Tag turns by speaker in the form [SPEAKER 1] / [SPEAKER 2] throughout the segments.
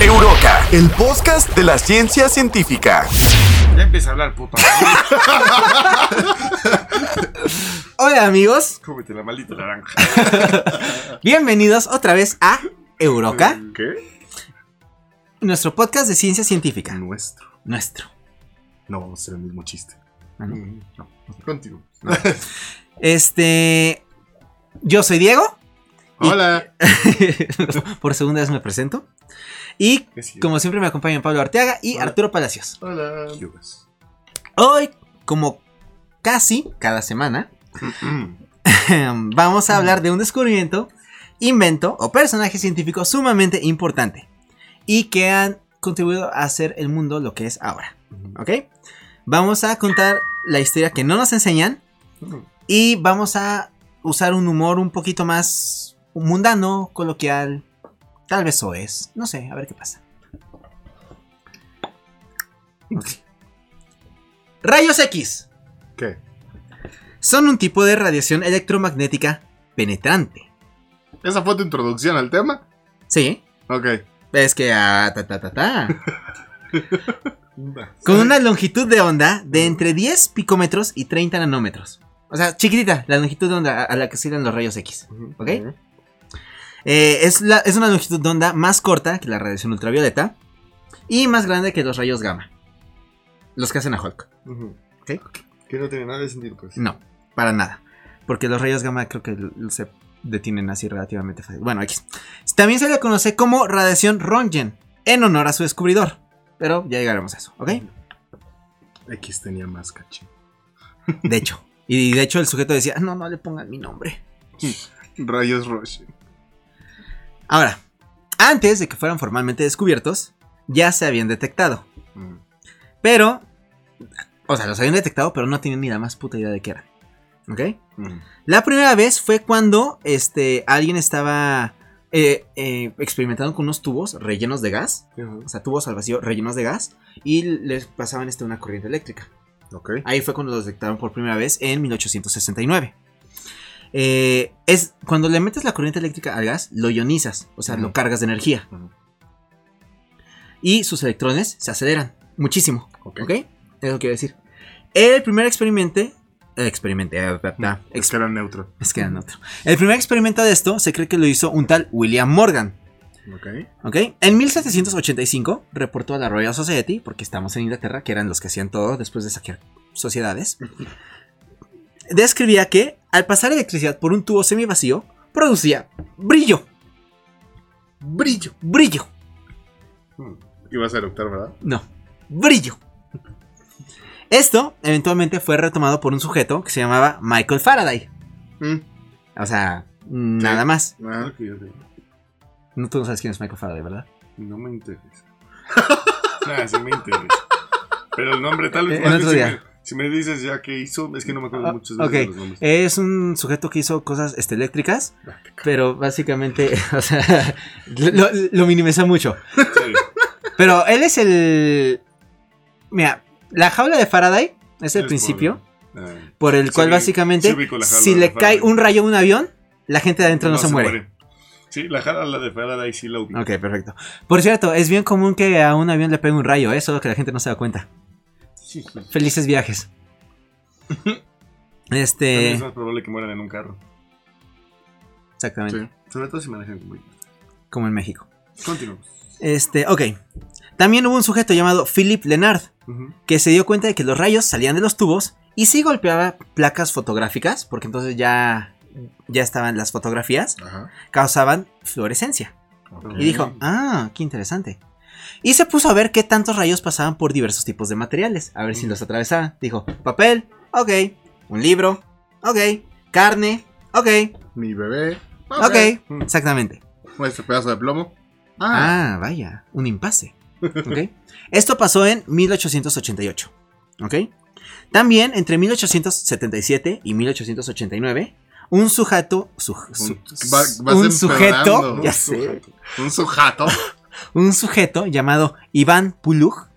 [SPEAKER 1] Euroca, el podcast de la ciencia científica.
[SPEAKER 2] Ya empieza a hablar, puta.
[SPEAKER 3] Hola amigos,
[SPEAKER 2] Cómete la maldita naranja.
[SPEAKER 3] bienvenidos otra vez a Euroca,
[SPEAKER 2] ¿Qué?
[SPEAKER 3] nuestro podcast de ciencia científica.
[SPEAKER 2] Nuestro.
[SPEAKER 3] Nuestro.
[SPEAKER 2] No vamos a hacer el mismo chiste.
[SPEAKER 3] Ah, ¿no?
[SPEAKER 2] No. Contigo.
[SPEAKER 3] Este... Yo soy Diego,
[SPEAKER 4] Hola.
[SPEAKER 3] por segunda vez me presento. Y como siempre me acompañan Pablo Arteaga y
[SPEAKER 4] Hola.
[SPEAKER 3] Arturo Palacios.
[SPEAKER 4] Hola.
[SPEAKER 3] Hoy, como casi cada semana, vamos a hablar de un descubrimiento, invento o personaje científico sumamente importante y que han contribuido a hacer el mundo lo que es ahora. ¿Ok? Vamos a contar la historia que no nos enseñan y vamos a usar un humor un poquito más mundano, coloquial, tal vez o es, no sé, a ver qué pasa. Ok. Rayos X
[SPEAKER 4] ¿Qué?
[SPEAKER 3] son un tipo de radiación electromagnética penetrante.
[SPEAKER 4] ¿Esa fue tu introducción al tema?
[SPEAKER 3] Sí,
[SPEAKER 4] Ok.
[SPEAKER 3] es que ah, ta, ta, ta, ta. con una longitud de onda de entre 10 picómetros y 30 nanómetros. O sea, chiquitita, la longitud de onda a- a la que sirven los rayos X. ¿Ok? Eh, es, la- es una longitud de onda más corta que la radiación ultravioleta y más grande que los rayos gamma. Los que hacen a Hulk. ¿Sí?
[SPEAKER 4] Que no tiene nada de sentido, pues.
[SPEAKER 3] No, para nada. Porque los rayos gamma creo que l- l- se detienen así relativamente fácil. Bueno, X. También se le conoce como radiación Röntgen, en honor a su descubridor. Pero ya llegaremos a eso, ¿ok?
[SPEAKER 4] X tenía más caché.
[SPEAKER 3] De hecho. Y de hecho el sujeto decía, "Ah, no, no le pongan mi nombre.
[SPEAKER 4] Rayos Roche.
[SPEAKER 3] Ahora, antes de que fueran formalmente descubiertos, ya se habían detectado. Pero, o sea, los habían detectado, pero no tenían ni la más puta idea de qué eran. ¿Ok? La primera vez fue cuando este, alguien estaba eh, eh, experimentando con unos tubos rellenos de gas, o sea, tubos al vacío rellenos de gas, y les pasaban este, una corriente eléctrica.
[SPEAKER 4] Ok.
[SPEAKER 3] Ahí fue cuando los detectaron por primera vez en 1869. Eh, es cuando le metes la corriente eléctrica al gas, lo ionizas, o sea,
[SPEAKER 4] Ujú.
[SPEAKER 3] lo cargas de energía.
[SPEAKER 4] Ujú.
[SPEAKER 3] Y sus electrones se aceleran muchísimo.
[SPEAKER 4] Ok.
[SPEAKER 3] ¿Ok? Eso quiero decir. El primer experimento. Experimente. eh, ta, ta,
[SPEAKER 4] Es que era neutro.
[SPEAKER 3] es que eran otro. El primer experimento de esto se cree que lo hizo un tal William Morgan.
[SPEAKER 4] Ok.
[SPEAKER 3] ¿Ok? En 1785 reportó a la Royal Society, porque estamos en Inglaterra, que eran los que hacían todo después de saquear sociedades. Describía que al pasar electricidad por un tubo semivacío, producía brillo,
[SPEAKER 4] Brillo.
[SPEAKER 3] brillo,
[SPEAKER 4] Ibas a eructar, ¿verdad?
[SPEAKER 3] no, brillo. Esto eventualmente fue retomado por un sujeto que se llamaba Michael Faraday.
[SPEAKER 2] Mm.
[SPEAKER 3] O sea, nada más.
[SPEAKER 4] Ah,
[SPEAKER 3] No, tú no sabes quién es Michael Faraday, ¿verdad?
[SPEAKER 2] No me interesa. Nada, sí me interesa. Pero el nombre tal vez.
[SPEAKER 3] Eh,
[SPEAKER 2] más
[SPEAKER 3] en otro
[SPEAKER 2] bien,
[SPEAKER 3] día.
[SPEAKER 2] Si me, si me dices ya qué hizo, es que no me acuerdo
[SPEAKER 3] Ah,
[SPEAKER 2] muchos veces
[SPEAKER 3] ok.
[SPEAKER 2] de los nombres. Ah,
[SPEAKER 3] Es un sujeto que hizo cosas este, eléctricas, pero básicamente, o sea, lo, lo minimiza mucho.
[SPEAKER 2] Sí.
[SPEAKER 3] Pero él es el. Mira, la jaula de Faraday es el
[SPEAKER 2] Es
[SPEAKER 3] principio
[SPEAKER 2] Ah,
[SPEAKER 3] por el
[SPEAKER 2] Sí,
[SPEAKER 3] cual
[SPEAKER 2] ubi- sí
[SPEAKER 3] básicamente,
[SPEAKER 2] ubico la jaula
[SPEAKER 3] si
[SPEAKER 2] de
[SPEAKER 3] le cae
[SPEAKER 2] Faraday.
[SPEAKER 3] un rayo a un avión, la gente de adentro no, se, muere.
[SPEAKER 2] Sí, la jala la de Faraday sí la ubico.
[SPEAKER 3] Ok, perfecto. Por cierto, es bien común que a un avión le pegue un rayo, ¿eh? solo que la gente no se da cuenta. Eh, Felices viajes.
[SPEAKER 2] También
[SPEAKER 3] Este.
[SPEAKER 2] Es más probable que mueran en un carro.
[SPEAKER 3] Exactamente.
[SPEAKER 4] Sí.
[SPEAKER 2] Sobre todo si manejan como
[SPEAKER 3] Como en México.
[SPEAKER 2] Continuamos.
[SPEAKER 3] Este, ok. También hubo un sujeto llamado Philip Lenard
[SPEAKER 2] Ujú.
[SPEAKER 3] que se dio cuenta de que los rayos salían de los tubos y sí golpeaba placas fotográficas, porque entonces ya, ya estaban las fotografías,
[SPEAKER 4] Ajá.
[SPEAKER 3] causaban fluorescencia.
[SPEAKER 4] Ok.
[SPEAKER 3] Y dijo, ah, qué interesante. Y se puso a ver qué tantos rayos pasaban por diversos tipos de materiales, a ver si los atravesaban. Dijo, papel, ok, un libro, ok, carne, ok,
[SPEAKER 4] Mi bebé.
[SPEAKER 3] ok, exactamente.
[SPEAKER 4] Este pedazo de plomo. Ah.
[SPEAKER 3] Ah, vaya, un impasse. ¿ok? Esto pasó en 1888. ¿ok? También entre 1877 y 1889, un sujeto. suj- su-
[SPEAKER 4] va- vas
[SPEAKER 3] un
[SPEAKER 4] empeorando,
[SPEAKER 3] sujeto.
[SPEAKER 4] ¿no?
[SPEAKER 3] Ya sé.
[SPEAKER 4] Un sujato.
[SPEAKER 3] Un sujeto llamado Iván Pulug.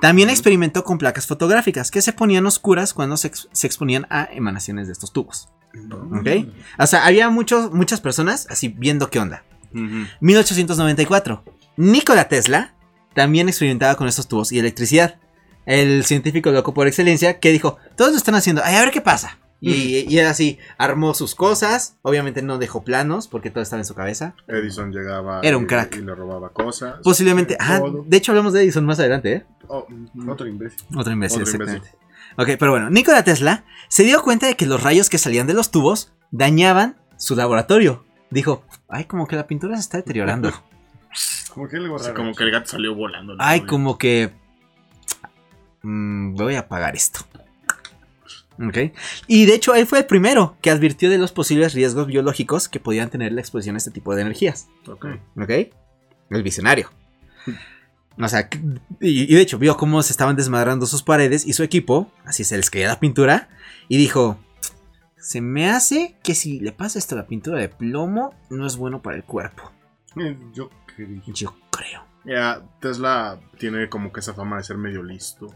[SPEAKER 3] También experimentó con placas fotográficas que se ponían oscuras cuando se, ex- se exponían a emanaciones de estos tubos. ¿ok? O sea, había muchos, muchas personas así viendo qué onda. 1894, Nikola Tesla también experimentaba con estos tubos y electricidad. El científico loco por excelencia que dijo, todos lo están haciendo, ay, a ver qué pasa. Y, y era así, armó sus cosas, obviamente no dejó planos porque todo estaba en su cabeza.
[SPEAKER 4] Edison llegaba.
[SPEAKER 3] Era un
[SPEAKER 4] y-
[SPEAKER 3] crack.
[SPEAKER 4] Y le robaba cosas.
[SPEAKER 3] Posiblemente, ah,
[SPEAKER 4] Todo.
[SPEAKER 3] de hecho hablamos de Edison más adelante, ¿eh?
[SPEAKER 4] Oh,
[SPEAKER 3] Otro
[SPEAKER 4] otro imbécil.
[SPEAKER 3] imbécil,
[SPEAKER 4] Otro imbécil.
[SPEAKER 3] exactamente. Ok, pero bueno, Nikola Tesla se dio cuenta de que los rayos que salían de los tubos dañaban su laboratorio. Dijo, ay, como que la pintura se está deteriorando.
[SPEAKER 2] Como que le
[SPEAKER 4] O sea,
[SPEAKER 2] borraron.
[SPEAKER 4] como que el gato salió volando. ¿no?
[SPEAKER 3] Ay, como que... mm, voy a apagar esto. Ok. Y de hecho, él fue el primero que advirtió de los posibles riesgos biológicos que podían tener la exposición a este tipo de energías.
[SPEAKER 4] Ok.
[SPEAKER 3] ¿Ok? El visionario. O sea, que- y, y de hecho vio cómo se estaban desmadrando sus paredes y su equipo, así se les caía la pintura, y dijo, se me hace que si le pasa esto a la pintura de plomo, no es bueno para el cuerpo.
[SPEAKER 4] Eh, Yo creí.
[SPEAKER 3] Yo creo,
[SPEAKER 4] Ya, Tesla tiene como que esa fama de ser medio listo.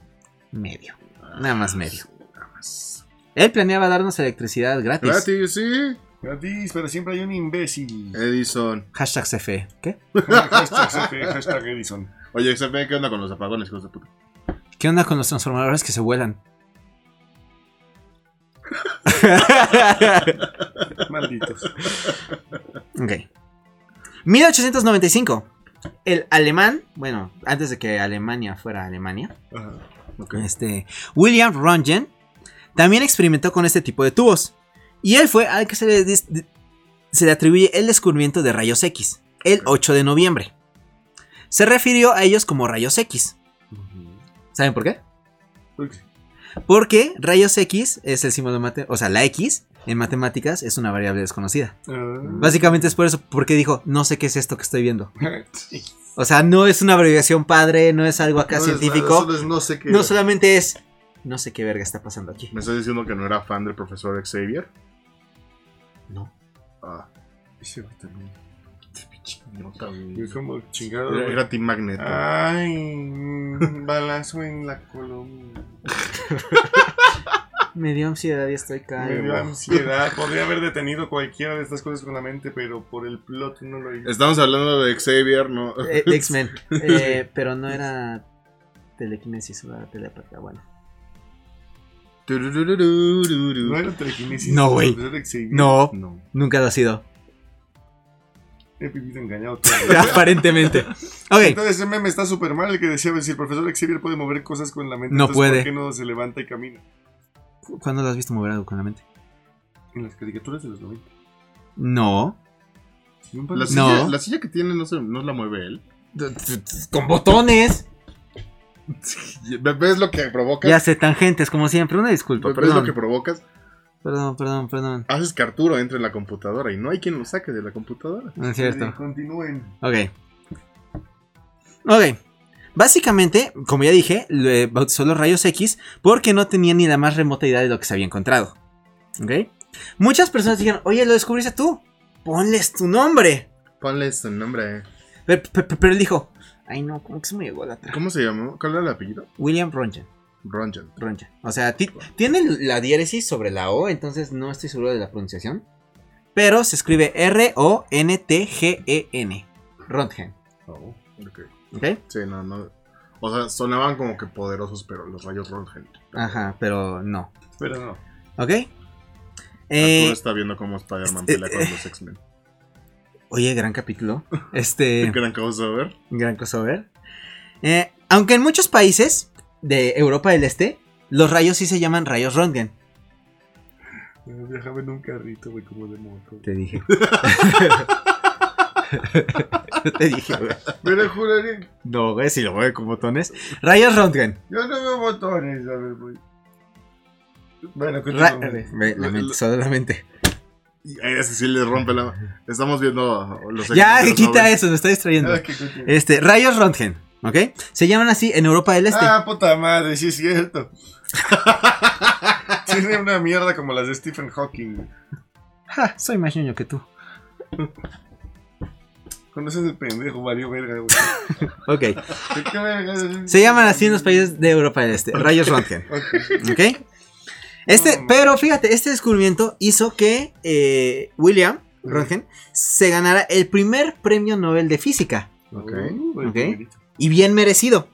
[SPEAKER 3] medio. Nada más medio.
[SPEAKER 4] Sí, Nada más.
[SPEAKER 3] Él planeaba darnos electricidad gratis.
[SPEAKER 4] Gratis, sí.
[SPEAKER 2] Gratis, pero siempre hay un imbécil.
[SPEAKER 4] Eh. Edison.
[SPEAKER 3] Hashtag CFE. ¿Qué?
[SPEAKER 2] hashtag, CP, hashtag Edison.
[SPEAKER 4] Oye, XP, ¿qué onda con los apagones, hijos de puta?
[SPEAKER 3] ¿Qué onda con los transformadores que se vuelan?
[SPEAKER 2] Malditos.
[SPEAKER 3] Ok. 1895. El alemán, bueno, antes de que Alemania fuera Alemania,
[SPEAKER 2] Ajá.
[SPEAKER 3] este, William Röntgen también experimentó con este tipo de tubos. Y él fue al que se le, dis- di- se le atribuye el descubrimiento de rayos X, el 8 de noviembre. Se refirió a ellos como rayos X. ¿Saben por qué?
[SPEAKER 2] Ok.
[SPEAKER 3] Porque rayos X es el símbolo mate- o sea, la X en matemáticas es una variable desconocida. Básicamente es por eso, porque dijo, no sé qué es esto que estoy viendo.
[SPEAKER 2] Ah.
[SPEAKER 3] O sea, no es una abreviación padre, no es algo acá
[SPEAKER 4] No,
[SPEAKER 3] científico.
[SPEAKER 4] es- no sé qué.
[SPEAKER 3] no solamente es. No sé qué verga está pasando aquí.
[SPEAKER 4] ¿Me estás diciendo que no era fan del profesor Xavier?
[SPEAKER 3] No.
[SPEAKER 4] Ah,
[SPEAKER 2] Ese güey también.
[SPEAKER 4] este pinche idiota,
[SPEAKER 2] Yo
[SPEAKER 4] güey.
[SPEAKER 2] como chingado.
[SPEAKER 4] Era,
[SPEAKER 2] güey.
[SPEAKER 4] era Team Magneto.
[SPEAKER 2] Ay, un balazo en la columna.
[SPEAKER 3] Me dio ansiedad y estoy Eh,
[SPEAKER 2] Me dio
[SPEAKER 3] calmo.
[SPEAKER 2] ansiedad. Podría haber detenido cualquiera de estas cosas con la mente, pero por el plot no lo hice.
[SPEAKER 4] Estamos hablando de Xavier, ¿no?
[SPEAKER 3] Eh, X-Men. Eh, pero no era telequinesis, era telepatía. Bueno.
[SPEAKER 4] Tururururururu.
[SPEAKER 2] No era telequinesis.
[SPEAKER 3] No, güey.
[SPEAKER 2] era Xavier.
[SPEAKER 3] No,
[SPEAKER 4] No.
[SPEAKER 3] nunca lo ha sido.
[SPEAKER 2] He vivido engañado todo.
[SPEAKER 3] Aparentemente. Ok.
[SPEAKER 2] Entonces ese meme está súper mal el que decía si el profesor Xavier puede mover cosas con la mente,
[SPEAKER 3] No
[SPEAKER 2] entonces,
[SPEAKER 3] puede.
[SPEAKER 2] ¿por qué no se levanta y camina?
[SPEAKER 3] ¿Cuándo lo has visto mover algo con la mente?
[SPEAKER 2] En las caricaturas de los 90.
[SPEAKER 3] No.
[SPEAKER 4] La
[SPEAKER 3] No.
[SPEAKER 4] silla, la silla que tiene no, se, no la mueve él.
[SPEAKER 3] Con botones.
[SPEAKER 4] ¿Ves lo que provocas?
[SPEAKER 3] Ya sé, tangentes, como siempre. Una disculpa,
[SPEAKER 4] ¿Ves Pues, lo que
[SPEAKER 3] perdón.
[SPEAKER 4] provocas?
[SPEAKER 3] Perdón, perdón, perdón.
[SPEAKER 4] Haces que Arturo entre en la computadora y no hay quien lo saque de la computadora.
[SPEAKER 3] No es cierto.
[SPEAKER 2] Continúen.
[SPEAKER 3] Ok. Ok. Básicamente, como ya dije, le bautizó los rayos X porque no tenía ni la más remota idea de lo que se había encontrado. Ok. Muchas personas dijeron, oye, lo descubriste tú. Ponles tu nombre.
[SPEAKER 4] Ponle su nombre.
[SPEAKER 3] Pero, pero- pero- pero él dijo, ay no, ¿cómo que se me llegó la
[SPEAKER 4] ¿Cómo se llamó? ¿Cuál era el apellido?
[SPEAKER 3] William Röntgen.
[SPEAKER 4] Ronjan.
[SPEAKER 3] Röntgen. O sea, ti- tiene la diéresis sobre la O, entonces no estoy seguro de la pronunciación. Pero se escribe R-O-N-T-G-E-N. E Röntgen.
[SPEAKER 4] Oh, ok.
[SPEAKER 3] ¿Ok?
[SPEAKER 4] Sí, no, no. O sea, sonaban como que poderosos, pero los rayos Ronjan.
[SPEAKER 3] Ajá, pero no.
[SPEAKER 2] Pero no.
[SPEAKER 3] ¿Ok?
[SPEAKER 4] Arturo
[SPEAKER 3] Eh,
[SPEAKER 4] está viendo cómo Spider-Man
[SPEAKER 3] este-
[SPEAKER 4] pelea con los X-Men.
[SPEAKER 3] oye, gran capítulo. Este,
[SPEAKER 4] Gran crossover.
[SPEAKER 3] gran crossover. Eh, aunque en muchos países de Europa del Este, los rayos sí se llaman rayos Röntgen.
[SPEAKER 2] Eh, Viajaba en un carrito, güey, como de moto.
[SPEAKER 3] Te dije. Te dije, güey.
[SPEAKER 2] Pero juraría.
[SPEAKER 3] No, güey, si lo mueve con botones. Rayos Röntgen.
[SPEAKER 2] Yo no veo botones, a ver, güey. Bueno,
[SPEAKER 3] Ra-
[SPEAKER 2] continúen.
[SPEAKER 3] Ve, la mente, solo la mente.
[SPEAKER 4] Y a Ese sí le rompe la. Estamos viendo los X-Men.
[SPEAKER 3] Ya,
[SPEAKER 4] crossover.
[SPEAKER 3] quita eso, me está distrayendo.
[SPEAKER 2] Ah, que continúen.
[SPEAKER 3] Este, rayos Röntgen, ¿ok? Se llaman así en Europa del Este.
[SPEAKER 2] Ah, puta madre, sí es cierto. Tiene una mierda como las de Stephen Hawking. güey.
[SPEAKER 3] Ja, soy más ñoño que tú.
[SPEAKER 2] Conoces el pendejo, Mario Verga, güey.
[SPEAKER 3] Ok.
[SPEAKER 2] ¿De qué verga?
[SPEAKER 3] Se llaman así en los países de Europa del Este, rayos Röntgen.
[SPEAKER 2] Ok.
[SPEAKER 3] ¿Ok? Este,
[SPEAKER 2] No,
[SPEAKER 3] pero fíjate, este descubrimiento hizo que eh, William Röntgen, se ganará el primer premio Nobel de Física.
[SPEAKER 4] Ok.
[SPEAKER 2] Uh, el
[SPEAKER 3] Ok.
[SPEAKER 2] primerito.
[SPEAKER 3] Y bien merecido.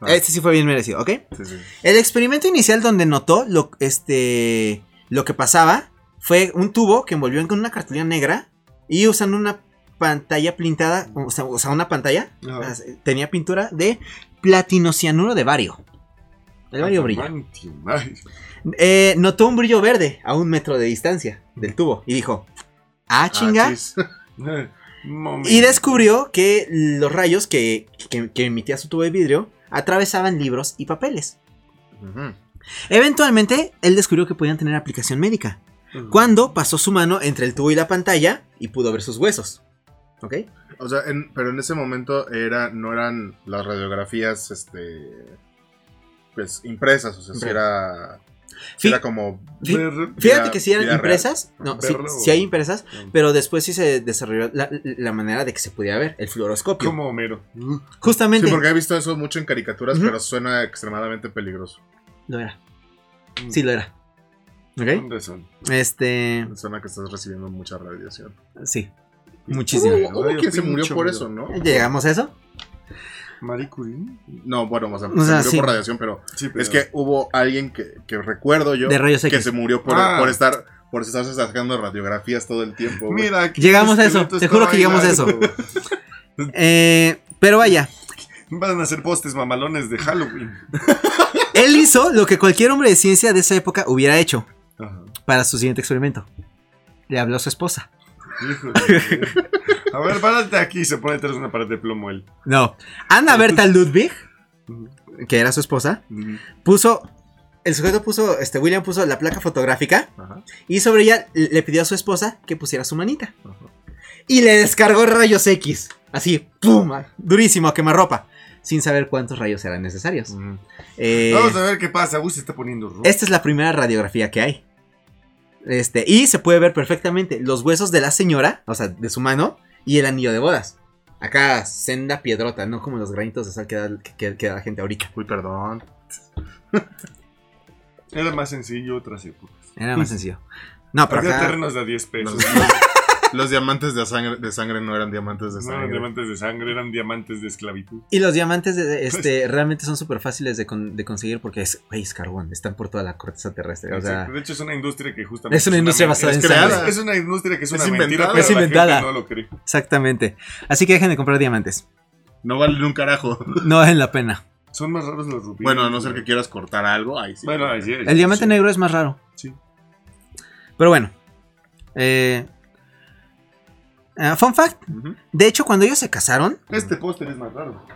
[SPEAKER 4] Ah.
[SPEAKER 3] Este sí fue bien merecido, ¿ok?
[SPEAKER 2] este
[SPEAKER 4] Sí, sí.
[SPEAKER 3] El experimento inicial donde notó lo, este, lo que pasaba fue un tubo que envolvió con una cartulina negra y usando una pantalla pintada, o sea, o sea, una pantalla,
[SPEAKER 2] Ah.
[SPEAKER 3] tenía pintura de platinocianuro de bario. El
[SPEAKER 4] Ah,
[SPEAKER 3] bario brilla.
[SPEAKER 2] Adamantium, ay.
[SPEAKER 3] Eh, notó un brillo verde a un metro de distancia del tubo y dijo, ah, chinga.
[SPEAKER 4] Ah, chis.
[SPEAKER 2] Momento.
[SPEAKER 3] y descubrió que los rayos que, que- que emitía su tubo de vidrio atravesaban libros y papeles.
[SPEAKER 4] Ujú.
[SPEAKER 3] Eventualmente, él descubrió que podían tener aplicación médica.
[SPEAKER 2] Ujú.
[SPEAKER 3] Cuando pasó su mano entre el tubo y la pantalla y pudo ver sus huesos. ¿Ok?
[SPEAKER 4] O sea, en- pero en ese momento era, no eran las radiografías, este, pues impresas, o sea, si era,
[SPEAKER 3] Fí-
[SPEAKER 4] sí era como,
[SPEAKER 3] fí-
[SPEAKER 2] Ver-
[SPEAKER 3] fíjate
[SPEAKER 4] vida-
[SPEAKER 3] que sí eran
[SPEAKER 4] vida
[SPEAKER 3] impresas. No, sí,
[SPEAKER 2] Verlo.
[SPEAKER 3] sí hay impresas.
[SPEAKER 4] Mm.
[SPEAKER 3] Pero después sí se desarrolló la, la manera de que se podía ver, el fluoroscopio.
[SPEAKER 2] Como Homero.
[SPEAKER 3] Justamente.
[SPEAKER 4] Sí, porque he visto eso mucho en caricaturas,
[SPEAKER 3] Ujú.
[SPEAKER 4] pero suena extremadamente peligroso.
[SPEAKER 3] Lo era.
[SPEAKER 4] Mm.
[SPEAKER 3] Sí, lo era. ¿Ok?
[SPEAKER 2] Con razón.
[SPEAKER 3] Este.
[SPEAKER 4] Suena que estás recibiendo mucha radiación.
[SPEAKER 3] Sí. Muchísimo.
[SPEAKER 4] Hubo- hubo
[SPEAKER 2] Ay,
[SPEAKER 4] quien se
[SPEAKER 2] opino
[SPEAKER 4] murió
[SPEAKER 2] mucho,
[SPEAKER 4] por
[SPEAKER 2] mira.
[SPEAKER 4] eso, ¿no?
[SPEAKER 3] ¿Llegamos a eso?
[SPEAKER 2] Marie Curie.
[SPEAKER 4] No, bueno, o sea,
[SPEAKER 3] O sea,
[SPEAKER 4] se murió
[SPEAKER 3] sí.
[SPEAKER 4] por radiación, pero
[SPEAKER 2] Sí, pero-
[SPEAKER 4] es que hubo alguien que, que recuerdo yo
[SPEAKER 3] De rayos
[SPEAKER 4] que
[SPEAKER 3] X.
[SPEAKER 4] se murió por,
[SPEAKER 2] Ah.
[SPEAKER 4] por estar por estarse sacando radiografías todo el tiempo. güey.
[SPEAKER 2] Mira, aquí
[SPEAKER 3] Llegamos a
[SPEAKER 2] este
[SPEAKER 3] eso,
[SPEAKER 2] vato
[SPEAKER 3] te juro
[SPEAKER 2] está
[SPEAKER 3] que llegamos a eso.
[SPEAKER 2] bailando.
[SPEAKER 4] Mm.
[SPEAKER 3] Eh, pero vaya,
[SPEAKER 2] Van a hacer postes mamalones de Halloween.
[SPEAKER 3] él hizo lo que cualquier hombre de ciencia de esa época hubiera hecho
[SPEAKER 2] Ajá.
[SPEAKER 3] para su siguiente experimento. Le habló a su esposa.
[SPEAKER 2] Híjole. A ver, párate aquí y se pone tras una pared de plomo él.
[SPEAKER 3] No. Ana Berta
[SPEAKER 4] pues-
[SPEAKER 3] Ludwig, que era su esposa, puso. El sujeto puso. Este William puso la placa fotográfica.
[SPEAKER 4] Ajá.
[SPEAKER 3] Y sobre ella le le pidió a su esposa que pusiera su manita.
[SPEAKER 4] Ajá.
[SPEAKER 3] Y le descargó rayos X. Así, ¡pum! Durísimo, a quemarropa. Sin saber cuántos rayos eran necesarios.
[SPEAKER 4] Mm.
[SPEAKER 3] Eh,
[SPEAKER 2] Vamos a ver qué pasa. Uy, se está poniendo rojo.
[SPEAKER 3] esta es la primera radiografía que hay. Este, y se puede ver perfectamente los huesos de la señora, o sea, de su mano, y el anillo de bodas. Acá, senda piedrota, no como los granitos de sal que da, que- que- que da la gente ahorita.
[SPEAKER 4] Uy, perdón.
[SPEAKER 2] Era más sencillo otras épocas.
[SPEAKER 3] Era más sencillo. No, pero
[SPEAKER 2] Había
[SPEAKER 3] acá,
[SPEAKER 2] terrenos de a 10
[SPEAKER 4] Los,
[SPEAKER 2] pesos.
[SPEAKER 4] los diamantes de sangre, de sangre no eran diamantes de
[SPEAKER 2] No eran
[SPEAKER 4] sangre.
[SPEAKER 2] diamantes de sangre, eran diamantes de esclavitud.
[SPEAKER 3] Y los diamantes de- este, realmente son súper fáciles de, con- de conseguir porque es, güey, es carbón, están por toda la corteza terrestre. O sea,
[SPEAKER 2] de hecho, es una industria que justamente.
[SPEAKER 3] Es una industria basada
[SPEAKER 2] es
[SPEAKER 4] en
[SPEAKER 2] creada.
[SPEAKER 4] sangre.
[SPEAKER 2] Es una industria que es
[SPEAKER 4] Es
[SPEAKER 2] una mentira.
[SPEAKER 4] inventada.
[SPEAKER 2] pero
[SPEAKER 4] Es
[SPEAKER 2] la gente
[SPEAKER 3] inventada.
[SPEAKER 2] No lo cree.
[SPEAKER 3] exactamente. Así que dejen de comprar diamantes.
[SPEAKER 4] No valen un carajo.
[SPEAKER 3] No valen la pena.
[SPEAKER 2] Son más raros los rubíes.
[SPEAKER 4] Bueno, a no ser que quieras cortar algo, ahí sí.
[SPEAKER 2] Bueno, así es.
[SPEAKER 3] El diamante
[SPEAKER 2] Sí.
[SPEAKER 3] negro es más raro.
[SPEAKER 2] Sí.
[SPEAKER 3] Pero bueno. Eh, ah, fun fact.
[SPEAKER 4] Ujú.
[SPEAKER 3] De hecho, cuando ellos se casaron,
[SPEAKER 2] Este póster es más raro.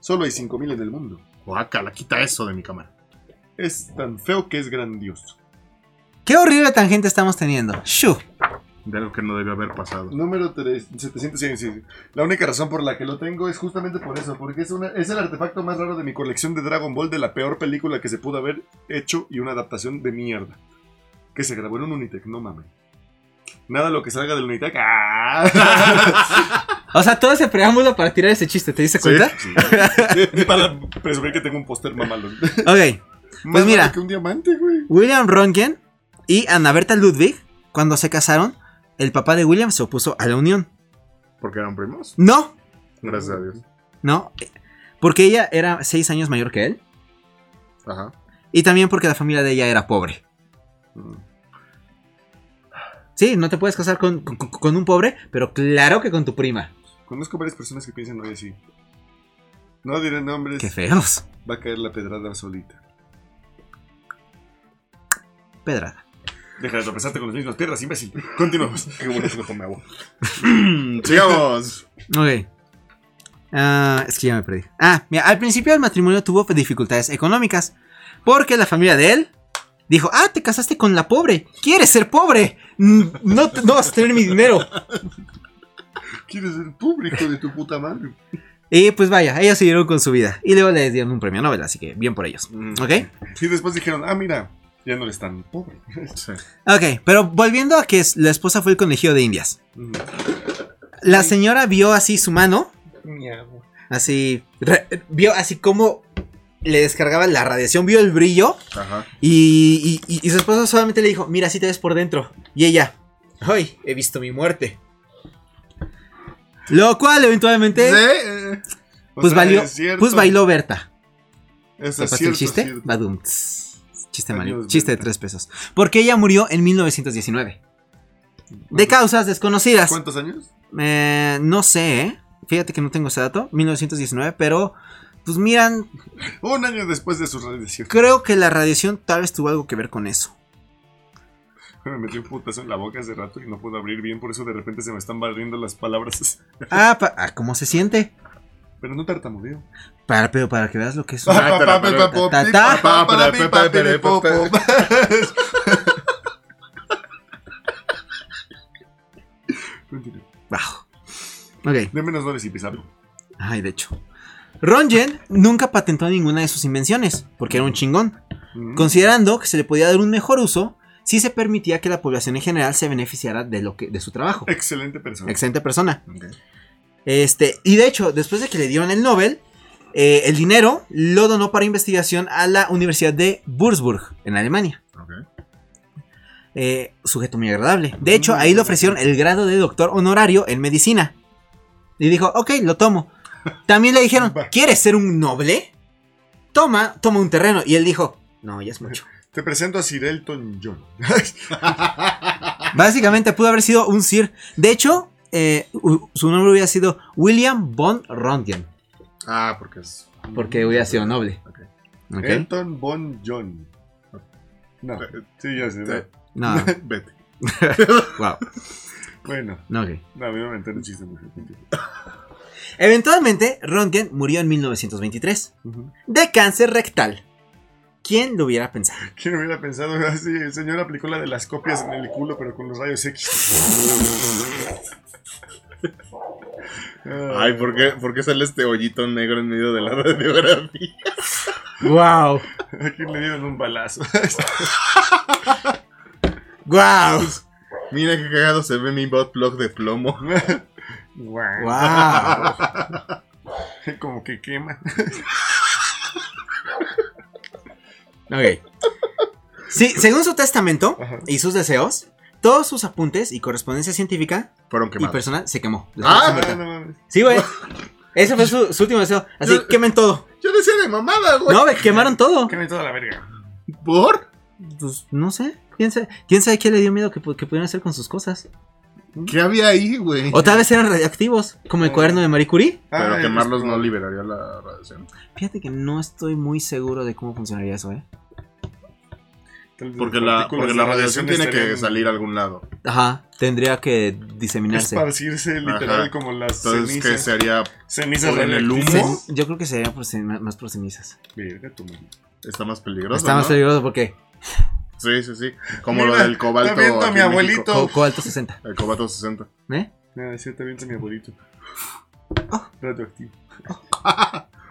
[SPEAKER 2] Solo hay 5000 en el mundo.
[SPEAKER 4] Guácala, quita eso de mi cámara.
[SPEAKER 2] Es tan feo que es grandioso.
[SPEAKER 3] qué horrible tangente estamos teniendo. Shu.
[SPEAKER 4] De algo que no debió haber pasado.
[SPEAKER 2] Número 3, 766. La única razón por la que lo tengo es justamente por eso, porque es, una, es el artefacto más raro de mi colección de Dragon Ball de la peor película que se pudo haber hecho y una adaptación de mierda. Que se grabó en un Unitec, no mames. Nada lo que salga del Unitec. ¡ah!
[SPEAKER 3] O sea, todo ese preámbulo para tirar ese chiste, ¿te diste cuenta?
[SPEAKER 4] Sí.
[SPEAKER 2] Para presumir que tengo un póster mamalón.
[SPEAKER 3] Ok.
[SPEAKER 2] Más
[SPEAKER 3] mira.
[SPEAKER 2] raro que un diamante, güey.
[SPEAKER 3] William Röntgen y Ana Berta Ludwig, cuando se casaron, el papá de William se opuso a la unión.
[SPEAKER 4] Porque eran primos.
[SPEAKER 3] No,
[SPEAKER 4] Gracias a Dios.
[SPEAKER 3] no, porque ella era seis años mayor que él
[SPEAKER 4] Ajá.
[SPEAKER 3] y también porque la familia de ella era pobre.
[SPEAKER 2] Mm.
[SPEAKER 3] Sí, no te puedes casar con, con- con un pobre, pero claro que con tu prima.
[SPEAKER 2] Conozco varias personas que piensan hoy así. No diré nombres,
[SPEAKER 3] Qué feos.
[SPEAKER 2] va a caer la pedrada solita.
[SPEAKER 3] Pedrada.
[SPEAKER 2] Deja de tropezarte con las mismas piedras, imbécil. Continuamos.
[SPEAKER 4] Qué bueno que me agua. Sigamos.
[SPEAKER 3] Ok. Ah, es que ya me perdí. Ah, mira, al principio el matrimonio tuvo dificultades económicas. Porque la familia de él dijo: Ah, te casaste con la pobre. ¿Quieres ser pobre? Mm, No, te- no vas a tener mi dinero.
[SPEAKER 2] Quieres ser público de tu puta madre.
[SPEAKER 3] Y pues vaya, ellos siguieron con su vida. Y luego les dieron un premio Nobel, así que bien por ellos.
[SPEAKER 4] Mm.
[SPEAKER 3] ¿Ok?
[SPEAKER 2] Y después dijeron, ah, mira, ya no eres tan pobre.
[SPEAKER 4] Sí.
[SPEAKER 3] Ok, pero volviendo a que es- la esposa fue el conejillo de Indias.
[SPEAKER 2] Mm.
[SPEAKER 3] La señora vio así su mano. Así. re- vio así como le descargaban la radiación, vio el brillo.
[SPEAKER 4] Ajá.
[SPEAKER 3] Y, y- y- y su esposa solamente le dijo: Mira, así te ves por dentro. Y ella, ¡ay! He visto mi muerte. Lo cual eventualmente,
[SPEAKER 4] Sí, eh,
[SPEAKER 2] O
[SPEAKER 3] pues,
[SPEAKER 2] sea,
[SPEAKER 3] valió,
[SPEAKER 2] es cierto.
[SPEAKER 3] pues bailó Berta.
[SPEAKER 2] Eso es
[SPEAKER 3] ¿Tapaste
[SPEAKER 2] cierto,
[SPEAKER 3] el chiste?
[SPEAKER 2] es cierto.
[SPEAKER 3] Badum, tss, Chiste,
[SPEAKER 2] Adiós,
[SPEAKER 3] mal, chiste de
[SPEAKER 2] Berta.
[SPEAKER 3] tres pesos. Porque ella murió en 1919. De
[SPEAKER 2] ¿Cuántos-
[SPEAKER 3] causas desconocidas.
[SPEAKER 2] ¿Cuántos años?
[SPEAKER 3] Eh, no sé, ¿eh? Fíjate que no tengo ese dato. 1919, pero. Pues miran,
[SPEAKER 2] Un año después de su radiación.
[SPEAKER 3] creo que la radiación tal vez tuvo algo que ver con eso.
[SPEAKER 2] Me metí un putazo en la boca hace rato y no puedo abrir bien, por eso de repente se me están barriendo las palabras.
[SPEAKER 3] Ah, pa- ah, ¿cómo se siente?
[SPEAKER 2] Pero no tartamudeo.
[SPEAKER 3] Para, pero para que veas lo que es.
[SPEAKER 4] Ah,
[SPEAKER 2] Pa, pa, pa, pa,
[SPEAKER 3] Ta,
[SPEAKER 2] pa,
[SPEAKER 3] ta.
[SPEAKER 2] pa, pa, pi, pa, pere, po, po. Continúa.
[SPEAKER 3] Wow. Ok,
[SPEAKER 2] De menos dólares y pisarlo.
[SPEAKER 3] ay, de hecho. Rongen nunca patentó ninguna de sus invenciones, porque era un chingón,
[SPEAKER 2] Mm.
[SPEAKER 3] considerando que se le podía dar un mejor uso si se permitía que la población en general se beneficiara de, lo que, de su trabajo.
[SPEAKER 2] Excelente persona.
[SPEAKER 3] Excelente persona.
[SPEAKER 4] Ok.
[SPEAKER 3] Este, y de hecho, después de que le dieron el Nobel, eh, el dinero lo donó para investigación a la Universidad de Würzburg, en Alemania.
[SPEAKER 4] Ok. Mm.
[SPEAKER 3] Eh, sujeto muy agradable. De hecho, ahí le ofrecieron el grado de doctor honorario en medicina. Y dijo, ok, lo tomo. También le dijeron,
[SPEAKER 2] Va.
[SPEAKER 3] ¿quieres ser un noble? Toma, toma un terreno. Y él dijo, no, ya es mucho.
[SPEAKER 2] Te presento a Sir Elton John.
[SPEAKER 3] Básicamente pudo haber sido un sir. De hecho, eh, u- su nombre hubiera sido William von Röntgen,
[SPEAKER 4] Ah, porque es.
[SPEAKER 3] porque hubiera sido noble.
[SPEAKER 4] Ok. ¿Eh?
[SPEAKER 3] Ok.
[SPEAKER 2] Elton Bon John. No, sí, ya sé.
[SPEAKER 4] Te-
[SPEAKER 3] No,
[SPEAKER 4] Vete.
[SPEAKER 3] wow.
[SPEAKER 2] Bueno,
[SPEAKER 3] No, ok.
[SPEAKER 2] no, a mí no me entero el chiste. mujer.
[SPEAKER 3] Eventualmente, Röntgen murió en 1923
[SPEAKER 2] Ujú.
[SPEAKER 3] de cáncer rectal. ¿Quién lo hubiera pensado?
[SPEAKER 2] ¿Quién hubiera pensado? Ah, sí, el señor aplicó la de las copias en el culo, pero con los rayos X. Eh,
[SPEAKER 4] Ay, ¿por qué, ¿por qué sale este hoyito negro en medio de la radiografía?
[SPEAKER 3] ¡Wow!
[SPEAKER 2] ¿A quién le dieron un balazo?
[SPEAKER 3] ¡Wow!
[SPEAKER 4] Mira qué cagado se ve mi botplug de plomo.
[SPEAKER 2] Guau.
[SPEAKER 3] ¡Wow!
[SPEAKER 2] Como que quema.
[SPEAKER 3] Ok. Sí, según su testamento
[SPEAKER 2] Ajá.
[SPEAKER 3] y sus deseos, todos sus apuntes y correspondencia científica
[SPEAKER 4] Fueron
[SPEAKER 3] y
[SPEAKER 4] quemados.
[SPEAKER 3] personal se quemó. después de su
[SPEAKER 4] Ah,
[SPEAKER 3] muerte.
[SPEAKER 2] no mames.
[SPEAKER 3] Sí, güey. Ese fue su, su último deseo. Así,
[SPEAKER 4] Yo-
[SPEAKER 3] quemen todo.
[SPEAKER 4] Yo decía de mamada, güey.
[SPEAKER 3] No, güey, quemaron todo.
[SPEAKER 2] Queme toda la verga.
[SPEAKER 4] ¿Por?
[SPEAKER 3] Pues, no sé. ¿Quién sabe, ¿Quién sabe qué le dio miedo que, pu- que pudieran hacer con sus cosas?
[SPEAKER 4] ¿Qué había ahí, güey?
[SPEAKER 3] O tal vez eran radioactivos, como el cuaderno de Marie Curie.
[SPEAKER 4] Pero
[SPEAKER 2] Ay,
[SPEAKER 4] quemarlos
[SPEAKER 2] pues,
[SPEAKER 4] no liberaría la radiación.
[SPEAKER 3] Fíjate que no estoy muy seguro de cómo funcionaría eso, ¿eh?
[SPEAKER 2] tal vez
[SPEAKER 4] Porque
[SPEAKER 2] las
[SPEAKER 4] la,
[SPEAKER 2] partículas
[SPEAKER 4] porque
[SPEAKER 2] de
[SPEAKER 4] la radiación tiene que
[SPEAKER 2] estarían-
[SPEAKER 4] salir a algún lado.
[SPEAKER 3] Ajá, tendría que diseminarse.
[SPEAKER 2] Esparcirse literal
[SPEAKER 4] Ajá.
[SPEAKER 2] como las
[SPEAKER 4] Entonces, ¿qué
[SPEAKER 2] cenizas.
[SPEAKER 4] sería?
[SPEAKER 2] Cenizas
[SPEAKER 4] por en el humo.
[SPEAKER 3] Se-
[SPEAKER 2] radioactivas.
[SPEAKER 3] yo creo que sería por ceni- más por cenizas.
[SPEAKER 2] Verga, tu madre.
[SPEAKER 4] Está más peligroso.
[SPEAKER 3] Está más
[SPEAKER 4] ¿no?
[SPEAKER 3] peligroso porque
[SPEAKER 4] Sí, sí, sí. Como
[SPEAKER 2] Mira,
[SPEAKER 4] lo del cobalto.
[SPEAKER 2] está viendo a
[SPEAKER 4] aquí
[SPEAKER 2] mi
[SPEAKER 4] en México.
[SPEAKER 2] abuelito.
[SPEAKER 3] co- cobalto 60,
[SPEAKER 4] El cobalto 60.
[SPEAKER 3] ¿eh?
[SPEAKER 2] Nada, sí, te avienta mi abuelito. Radioactivo.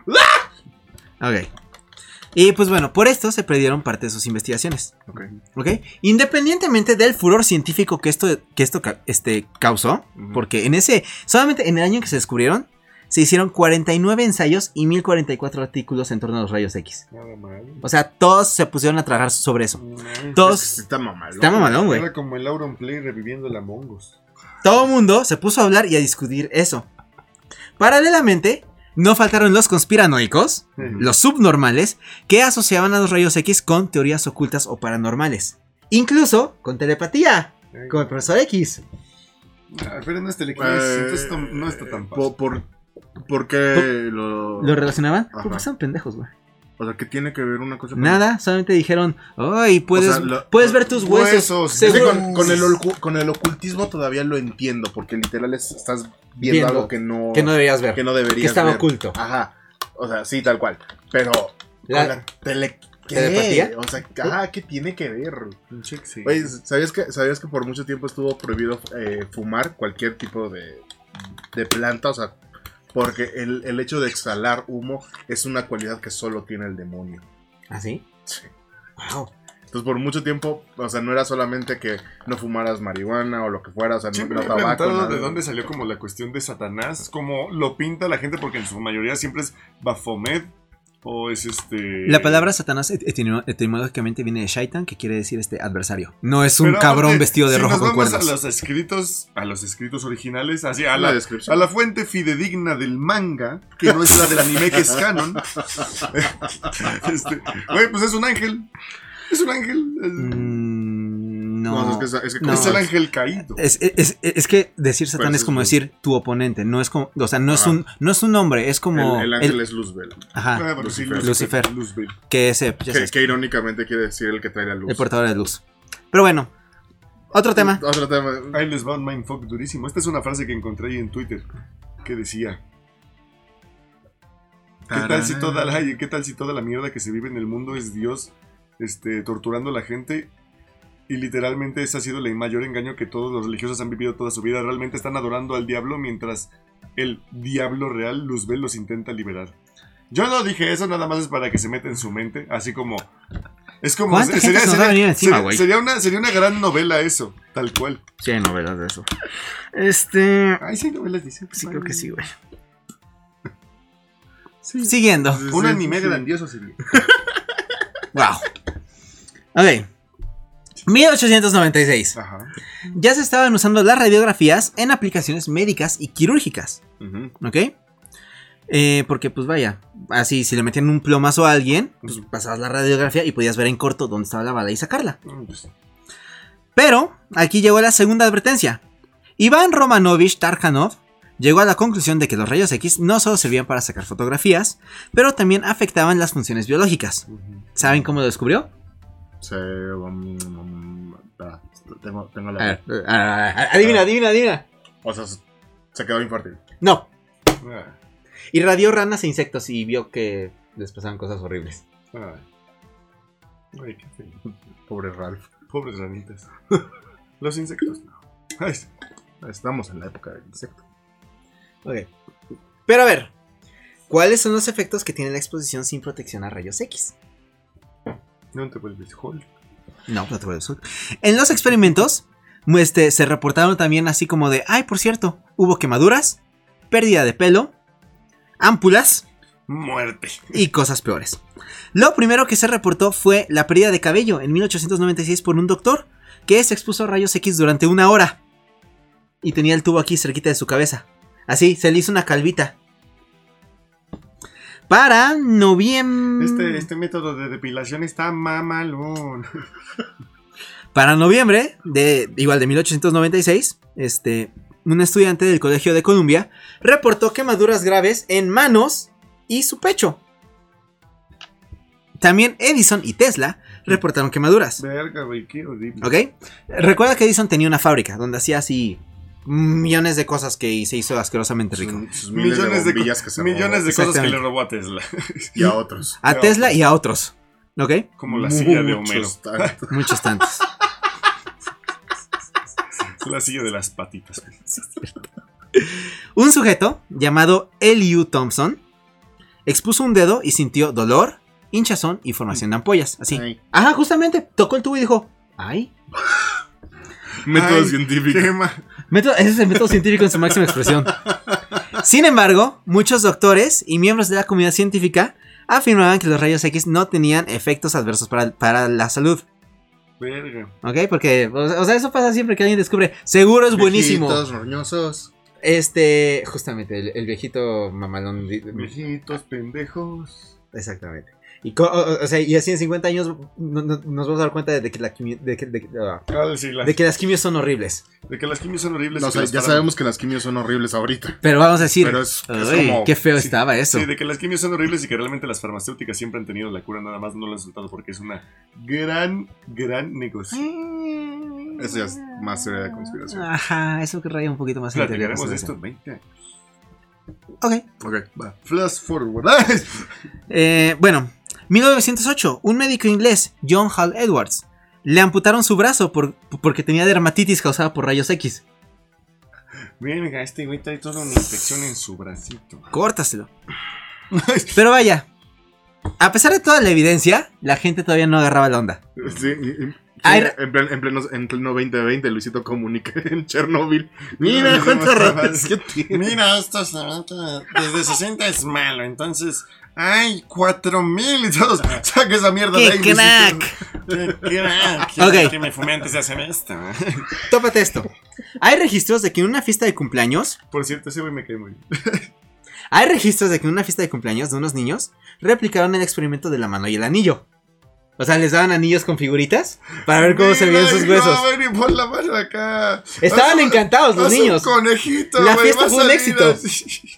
[SPEAKER 3] Ok. Y pues bueno, por esto se perdieron parte de sus investigaciones,
[SPEAKER 4] Ok.
[SPEAKER 3] ¿ok? Independientemente del furor científico que esto, que esto ca- este, causó,
[SPEAKER 4] Ujú.
[SPEAKER 3] porque en ese, solamente en el año en que se descubrieron, se hicieron 49 ensayos y 1044 artículos en torno a los rayos X.
[SPEAKER 2] Nada mal.
[SPEAKER 3] O sea, todos se pusieron a trabajar sobre eso.
[SPEAKER 4] Es que sí
[SPEAKER 3] Todos.
[SPEAKER 4] Está mamalón.
[SPEAKER 3] Está mamalón, güey.
[SPEAKER 2] Era como el Auron Play reviviendo la Mongos.
[SPEAKER 3] Todo mundo se puso a hablar y a discutir eso. Paralelamente, no faltaron los conspiranoicos, los subnormales, que asociaban a los rayos X con teorías ocultas o paranormales. Incluso con telepatía,
[SPEAKER 2] Ay,
[SPEAKER 3] como el profesor X.
[SPEAKER 2] ah, Pero no es telequinesis, entonces
[SPEAKER 4] Eh,
[SPEAKER 2] esto no está tan
[SPEAKER 4] po-
[SPEAKER 2] fácil.
[SPEAKER 4] por, ¿Por qué lo.?
[SPEAKER 3] ¿Lo relacionaban?
[SPEAKER 4] Ajá.
[SPEAKER 3] Porque son pendejos, güey.
[SPEAKER 4] O sea, ¿qué tiene que ver una cosa con
[SPEAKER 3] Nada, solamente dijeron, ¡ay, puedes,
[SPEAKER 4] O sea, lo-
[SPEAKER 3] puedes ver tus huesos!
[SPEAKER 2] huesos,
[SPEAKER 4] Es que
[SPEAKER 3] seguro-
[SPEAKER 4] con, con el olcu- con el ocultismo todavía lo entiendo, porque literal es- estás viendo,
[SPEAKER 3] Viendo.
[SPEAKER 4] algo que no,
[SPEAKER 3] Que no deberías ver,
[SPEAKER 4] que
[SPEAKER 3] que,
[SPEAKER 4] no deberías
[SPEAKER 3] estaba
[SPEAKER 4] ver. Ah,
[SPEAKER 3] oculto.
[SPEAKER 4] Ajá. O sea, sí, tal cual. Pero
[SPEAKER 3] La-
[SPEAKER 4] con la tele- ¿qué?
[SPEAKER 3] ¿Telepatía?
[SPEAKER 4] O sea, ah, ¿qué tiene que ver?
[SPEAKER 2] Pinche que sí.
[SPEAKER 4] Oye, ¿sabías que, ¿sabías que por mucho tiempo estuvo prohibido eh, fumar cualquier tipo de, de planta? O sea, porque el, el hecho de exhalar humo es una cualidad que solo tiene el demonio.
[SPEAKER 3] ¿Ah, sí?
[SPEAKER 4] Sí.
[SPEAKER 3] Wow.
[SPEAKER 4] Entonces, pues, por mucho tiempo, o sea, no era solamente que no fumaras marihuana o lo que fuera, o sea, no,
[SPEAKER 2] Siempre
[SPEAKER 4] no
[SPEAKER 2] me he
[SPEAKER 4] tabaco.
[SPEAKER 2] preguntado
[SPEAKER 4] nada.
[SPEAKER 2] de dónde salió como la cuestión de Satanás, como lo pinta la gente, porque en su mayoría siempre es Bafomet, O es este.
[SPEAKER 3] La palabra Satanás et- etimo- etimológicamente viene de Shaitan, que quiere decir este adversario. No es un
[SPEAKER 2] Pero aparte,
[SPEAKER 3] cabrón vestido de
[SPEAKER 2] si
[SPEAKER 3] rojo
[SPEAKER 2] nos
[SPEAKER 3] con
[SPEAKER 2] vamos
[SPEAKER 3] cuernos.
[SPEAKER 2] A los escritos, a los escritos originales, así, a
[SPEAKER 4] La
[SPEAKER 2] la, a
[SPEAKER 4] descripción.
[SPEAKER 2] la fuente fidedigna del manga, que no es la del anime que es canon. Este, güey, pues es un ángel. Es un ángel. Es,
[SPEAKER 3] Mm,
[SPEAKER 4] No,
[SPEAKER 3] no.
[SPEAKER 4] es que, es que
[SPEAKER 3] no.
[SPEAKER 2] es el ángel caído.
[SPEAKER 3] Es, es- es- es que decir Satán
[SPEAKER 4] Pues
[SPEAKER 3] es
[SPEAKER 4] es
[SPEAKER 3] como
[SPEAKER 4] un-
[SPEAKER 3] decir tu oponente, no es como, o sea, no es
[SPEAKER 4] Ajá.
[SPEAKER 3] un, no es un nombre, es como
[SPEAKER 4] el, el ángel es Luzbel.
[SPEAKER 3] ajá,
[SPEAKER 2] Ah, bueno, sí,
[SPEAKER 4] Lucifer.
[SPEAKER 3] Lucifer.
[SPEAKER 2] Luzbel.
[SPEAKER 3] que ese, ya
[SPEAKER 4] Que,
[SPEAKER 3] sabes,
[SPEAKER 4] que irónicamente quiere decir el que trae la luz.
[SPEAKER 3] el portador de luz. Pero bueno, otro tema.
[SPEAKER 4] Otro tema.
[SPEAKER 2] Ahí les va un mindfuck durísimo. Esta es una frase que encontré ahí en Twitter que decía: ¿Qué tal si toda la, ay, qué tal si toda la mierda que se vive en el mundo es Dios este, torturando a la gente? Y literalmente ese ha sido el mayor engaño que todos los religiosos han vivido toda su vida. Realmente están adorando al diablo mientras el diablo real, Luzbel, los intenta liberar. Yo no dije eso, nada más es para que se meta en su mente, así como... Es como...
[SPEAKER 3] ¿Cuánta gente se nos va a venir encima,
[SPEAKER 2] sería-
[SPEAKER 3] güey?
[SPEAKER 2] sería una, sería una gran novela eso, tal cual.
[SPEAKER 3] Sí, hay novelas de eso. Este,
[SPEAKER 2] Ay, sí, novelas, dice.
[SPEAKER 3] güey.
[SPEAKER 2] Sí.
[SPEAKER 3] Siguiendo.
[SPEAKER 2] Un
[SPEAKER 4] Sí,
[SPEAKER 2] anime
[SPEAKER 4] sí, sí.
[SPEAKER 2] grandioso sería.
[SPEAKER 3] Wow. Ok. 1896.
[SPEAKER 2] Ajá.
[SPEAKER 3] Ya se estaban usando las radiografías en aplicaciones médicas y quirúrgicas.
[SPEAKER 2] Ujú.
[SPEAKER 3] ¿Ok? Eh, porque, pues vaya, así, si le metían un plomazo a alguien, pues
[SPEAKER 2] Ujú.
[SPEAKER 3] pasabas la radiografía y podías ver en corto dónde estaba la bala y sacarla.
[SPEAKER 2] Mm, pues,
[SPEAKER 3] Pero, aquí llegó la segunda advertencia. Iván Romanovich Tarjanov llegó a la conclusión de que los rayos X no solo servían para sacar fotografías, pero también afectaban las funciones biológicas.
[SPEAKER 2] ujú.
[SPEAKER 3] ¿Saben cómo lo descubrió?
[SPEAKER 4] Se- um, um, ah, tengo, tengo
[SPEAKER 3] A
[SPEAKER 4] la.
[SPEAKER 3] ver, a- a- a- adivina, adivina, adivina.
[SPEAKER 4] O sea, se se quedó infértil.
[SPEAKER 3] No.
[SPEAKER 2] Ah,
[SPEAKER 3] Y radió ranas e insectos y vio que les pasaban cosas horribles.
[SPEAKER 2] ah. Ay, qué feo.
[SPEAKER 4] Pobre Ralph.
[SPEAKER 2] Pobres ranitas. Los insectos, no. Ay, sí.
[SPEAKER 4] Estamos en la época del insecto.
[SPEAKER 3] Ok. Pero a ver, ¿cuáles son los efectos que tiene la exposición sin protección a rayos X?
[SPEAKER 2] no te vuelves Hulk.
[SPEAKER 3] No, no te vuelves loco. En los experimentos, este, se reportaron también así como de, ay, por cierto, hubo quemaduras, pérdida de pelo, ámpulas
[SPEAKER 2] Muerte.
[SPEAKER 3] y cosas peores. Lo primero que se reportó fue la pérdida de cabello en 1896 por un doctor que se expuso a rayos X durante una hora y tenía el tubo aquí cerquita de su cabeza. Así, se le hizo una calvita. Para noviembre...
[SPEAKER 4] Mm.
[SPEAKER 2] Este, este método de depilación está mamalón.
[SPEAKER 3] Para noviembre de igual de 1896, este, un estudiante del Colegio de Columbia reportó quemaduras graves en manos y su pecho. También Edison y Tesla reportaron quemaduras.
[SPEAKER 2] Verga, güey, qué horrible.
[SPEAKER 3] ¿Ok? Recuerda que Edison tenía una fábrica donde hacía así millones de cosas que se hizo asquerosamente rico.
[SPEAKER 4] Sus, sus miles
[SPEAKER 2] Millones
[SPEAKER 4] de
[SPEAKER 2] de,
[SPEAKER 4] bombillas
[SPEAKER 2] co-
[SPEAKER 4] que se
[SPEAKER 2] millones de cosas que
[SPEAKER 3] Exactamente.
[SPEAKER 2] le robó a Tesla.
[SPEAKER 4] y a otros.
[SPEAKER 3] A Tesla y a otros. ¿Ok?
[SPEAKER 2] Como la silla de Homero.
[SPEAKER 4] Muchos tantos.
[SPEAKER 3] Muchos tantos.
[SPEAKER 2] La silla de las patitas.
[SPEAKER 3] Un sujeto llamado Eliu Thompson expuso un dedo y sintió dolor, hinchazón y formación de ampollas. Así.
[SPEAKER 4] Ay,
[SPEAKER 3] Ajá, justamente. Tocó el tubo y dijo, ay.
[SPEAKER 4] Método
[SPEAKER 2] Ay,
[SPEAKER 4] científico.
[SPEAKER 2] Qué ma-
[SPEAKER 3] Método- ese es el método científico en su máxima expresión. Sin embargo, muchos doctores y miembros de la comunidad científica afirmaban que los rayos X no tenían efectos adversos para, para la salud.
[SPEAKER 2] Verga.
[SPEAKER 3] ¿Ok? Porque, o sea, o sea, eso pasa siempre que alguien descubre. Seguro es Pues buenísimo.
[SPEAKER 4] Viejitos, roñosos.
[SPEAKER 3] Este, justamente, el, el viejito mamalón. di-
[SPEAKER 2] Viejitos, pendejos.
[SPEAKER 3] Exactamente. Y, co- o, o- o sea, y así en 50 años no- no- nos vamos a dar cuenta de que, la quimio- de que- de que- ah,
[SPEAKER 2] Cálcela.
[SPEAKER 3] de que las quimios son horribles.
[SPEAKER 2] De que las quimios son horribles.
[SPEAKER 4] No,
[SPEAKER 2] y
[SPEAKER 4] o
[SPEAKER 2] que
[SPEAKER 4] sea,
[SPEAKER 2] las
[SPEAKER 4] ya
[SPEAKER 2] paran.
[SPEAKER 4] sabemos que las quimios son horribles ahorita.
[SPEAKER 3] Pero vamos a decir,
[SPEAKER 4] Pero es, es
[SPEAKER 3] "Ay,
[SPEAKER 4] como.
[SPEAKER 3] qué feo
[SPEAKER 2] sí,
[SPEAKER 3] estaba eso.
[SPEAKER 2] Sí, de que las quimios son horribles y que realmente las farmacéuticas siempre han tenido la cura, nada más no lo han soltado porque es una gran, gran negocio.
[SPEAKER 4] Eso ya es más teoría de conspiración.
[SPEAKER 3] Ajá, eso que raya un poquito más en la teoría de
[SPEAKER 2] Platicaremos de esto
[SPEAKER 3] conspiración.
[SPEAKER 2] en 20 años.
[SPEAKER 3] Ok.
[SPEAKER 4] Ok, va.
[SPEAKER 2] Flash forward.
[SPEAKER 3] Eh, bueno, 1908, un médico inglés, John Hall Edwards, le amputaron su brazo por- porque tenía dermatitis causada por rayos X.
[SPEAKER 2] Venga, este güey trae toda una infección en su bracito.
[SPEAKER 3] Córtaselo. Pero vaya, a pesar de toda la evidencia, la gente todavía no agarraba la onda.
[SPEAKER 4] Sí, y- y-
[SPEAKER 3] Ay,
[SPEAKER 4] sí, en, plan- en pleno, en pleno 2020, Luisito comunica en Chernobyl. Mira cuántas ratas que tiene.
[SPEAKER 2] Mira, esto es- desde 60 es malo, entonces ¡Ay, cuatro mil! Y todos, saca esa mierda de ahí.
[SPEAKER 3] ¡Qué
[SPEAKER 2] Luisito".
[SPEAKER 3] crack!
[SPEAKER 2] ¡Qué crack!
[SPEAKER 3] Ok.
[SPEAKER 2] Quiero Que me fumantes hacen esto. ¿eh?
[SPEAKER 3] Tópate esto. Hay registros de que en una fiesta de cumpleaños,
[SPEAKER 2] Por cierto, ese güey me cae muy bien.
[SPEAKER 3] hay registros de que en una fiesta de cumpleaños de unos niños replicaron el experimento de la mano y el anillo. O sea, les daban anillos con figuritas para ver cómo se
[SPEAKER 2] Mira,
[SPEAKER 3] veían sus
[SPEAKER 2] no,
[SPEAKER 3] huesos.
[SPEAKER 2] ven y pon la mano acá.
[SPEAKER 4] Ah,
[SPEAKER 3] Estaban
[SPEAKER 2] Haz un-
[SPEAKER 3] encantados los
[SPEAKER 2] haz un
[SPEAKER 3] niños.
[SPEAKER 2] conejito,
[SPEAKER 3] La
[SPEAKER 2] güey,
[SPEAKER 3] fiesta
[SPEAKER 2] va a
[SPEAKER 3] fue un
[SPEAKER 2] salir
[SPEAKER 3] éxito.
[SPEAKER 2] así.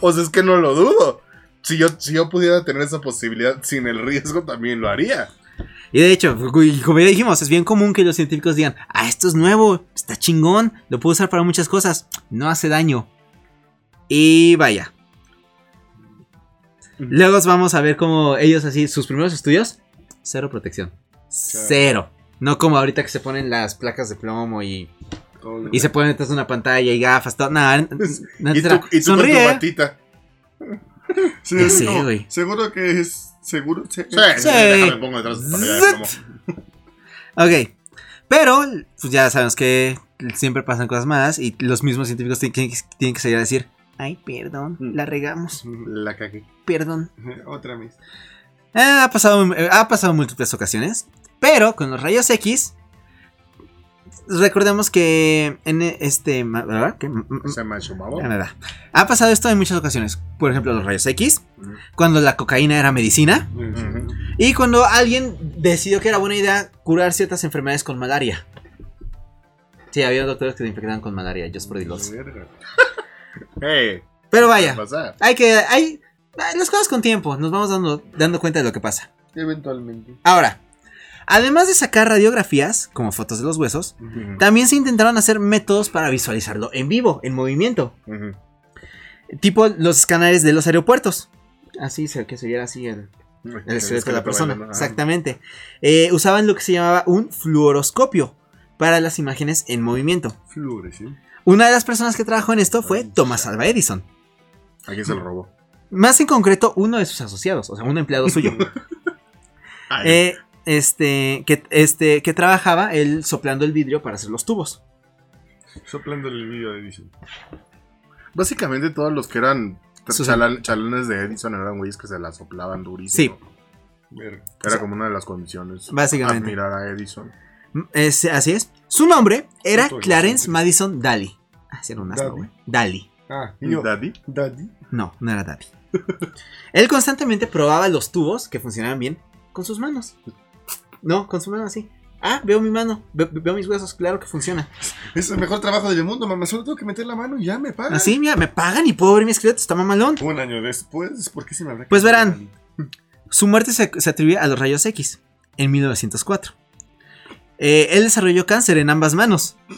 [SPEAKER 4] O sea, es que no lo dudo. Si yo, si yo pudiera tener esa posibilidad sin el riesgo, también lo haría.
[SPEAKER 3] Y de hecho, güey, como ya dijimos, es bien común que los científicos digan, ah, esto es nuevo, está chingón, lo puedo usar para muchas cosas, no hace daño. Y vaya. Luego os vamos a ver cómo ellos así, sus primeros estudios, cero protección. Cero. No como ahorita que se ponen las placas de plomo y,
[SPEAKER 2] Todo
[SPEAKER 3] y se ponen detrás de una pantalla y gafas, todo. Nada, n- n-
[SPEAKER 4] Y tú,
[SPEAKER 3] etcétera.
[SPEAKER 4] y tú con tu
[SPEAKER 3] Sonríe.
[SPEAKER 4] batita.
[SPEAKER 2] Sí,
[SPEAKER 3] Ya
[SPEAKER 2] es
[SPEAKER 3] sé,
[SPEAKER 2] como,
[SPEAKER 3] güey.
[SPEAKER 2] Seguro que es. Seguro. se-
[SPEAKER 4] Sí, sí,
[SPEAKER 3] Sí.
[SPEAKER 4] déjame pongo detrás de la pantalla de plomo.
[SPEAKER 3] Ok. Pero, pues ya sabemos que siempre pasan cosas malas y los mismos científicos tienen que, tienen que salir a decir, ay, perdón, la regamos,
[SPEAKER 4] La cagué.
[SPEAKER 3] perdón.
[SPEAKER 2] Otra vez.
[SPEAKER 3] Eh, ha, pasado, eh, ha pasado en múltiples ocasiones, pero con los rayos X, recordemos que en este... ma- ¿verdad? ¿Qué? M- m-
[SPEAKER 4] Se me ha chumado.
[SPEAKER 3] la verdad. Ha pasado esto en muchas ocasiones, por ejemplo los rayos X, cuando la cocaína era medicina
[SPEAKER 4] Ujú.
[SPEAKER 3] y cuando alguien decidió que era buena idea curar ciertas enfermedades con malaria. Sí, había doctores que se infectaban con malaria, just por the lols.
[SPEAKER 2] Verga.
[SPEAKER 4] Hey,
[SPEAKER 3] Pero
[SPEAKER 4] ¿qué
[SPEAKER 3] vaya,
[SPEAKER 4] pasa?
[SPEAKER 3] hay que. Hay, hay las cosas con tiempo, nos vamos dando, dando cuenta de lo que pasa.
[SPEAKER 4] Eventualmente.
[SPEAKER 3] Ahora, además de sacar radiografías, como fotos de los huesos,
[SPEAKER 4] Ujú.
[SPEAKER 3] también se intentaron hacer métodos para visualizarlo en vivo, en movimiento.
[SPEAKER 4] Ujú.
[SPEAKER 3] Tipo los escáneres de los aeropuertos. Así, se- que se viera así el, el esqueleto de la persona.
[SPEAKER 4] bailando, ah.
[SPEAKER 3] Exactamente. Eh, usaban lo que se llamaba un fluoroscopio para las imágenes en movimiento.
[SPEAKER 2] Flores, ¿sí?
[SPEAKER 3] Una de las personas que trabajó en esto fue Thomas Alva Edison.
[SPEAKER 4] Aquí se lo robó.
[SPEAKER 3] Más en concreto, uno de sus asociados, o sea, un empleado suyo.
[SPEAKER 4] Ay,
[SPEAKER 3] Eh, este, que, este, que trabajaba él soplando el vidrio para hacer los tubos.
[SPEAKER 2] Soplando el video de Edison.
[SPEAKER 4] Básicamente todos los que eran
[SPEAKER 3] Sus-
[SPEAKER 4] chalan- chalanes de Edison eran güeyes que se la soplaban durísimo. Sí.
[SPEAKER 2] Verga.
[SPEAKER 4] Era como una de las condiciones.
[SPEAKER 3] Básicamente.
[SPEAKER 4] Admirar a Edison.
[SPEAKER 3] Mm, es- así es. Su nombre era
[SPEAKER 2] Punto de
[SPEAKER 3] Clarence
[SPEAKER 2] vista.
[SPEAKER 3] Madison Daly. Ah, sí, era un asno,
[SPEAKER 2] Daly.
[SPEAKER 3] güey. Daly.
[SPEAKER 2] Ah, y yo.
[SPEAKER 4] Daddy.
[SPEAKER 2] Daddy.
[SPEAKER 3] No, no era Daly. él constantemente probaba los tubos que funcionaban bien con sus manos. No, con su mano así. Ah, veo mi mano, ve- veo mis huesos, claro que funciona.
[SPEAKER 2] Es el mejor trabajo del mundo, mamá. Solo tengo que meter la mano y ya me pagan.
[SPEAKER 3] Así, mira, me pagan y puedo ver mi esqueleto, está mamalón.
[SPEAKER 2] Un año después, ¿por qué se me habrá
[SPEAKER 3] Pues
[SPEAKER 2] quedado
[SPEAKER 3] verán. Su muerte se, se atribuye a los rayos X en 1904. Eh, él desarrolló cáncer en ambas manos
[SPEAKER 2] ahí?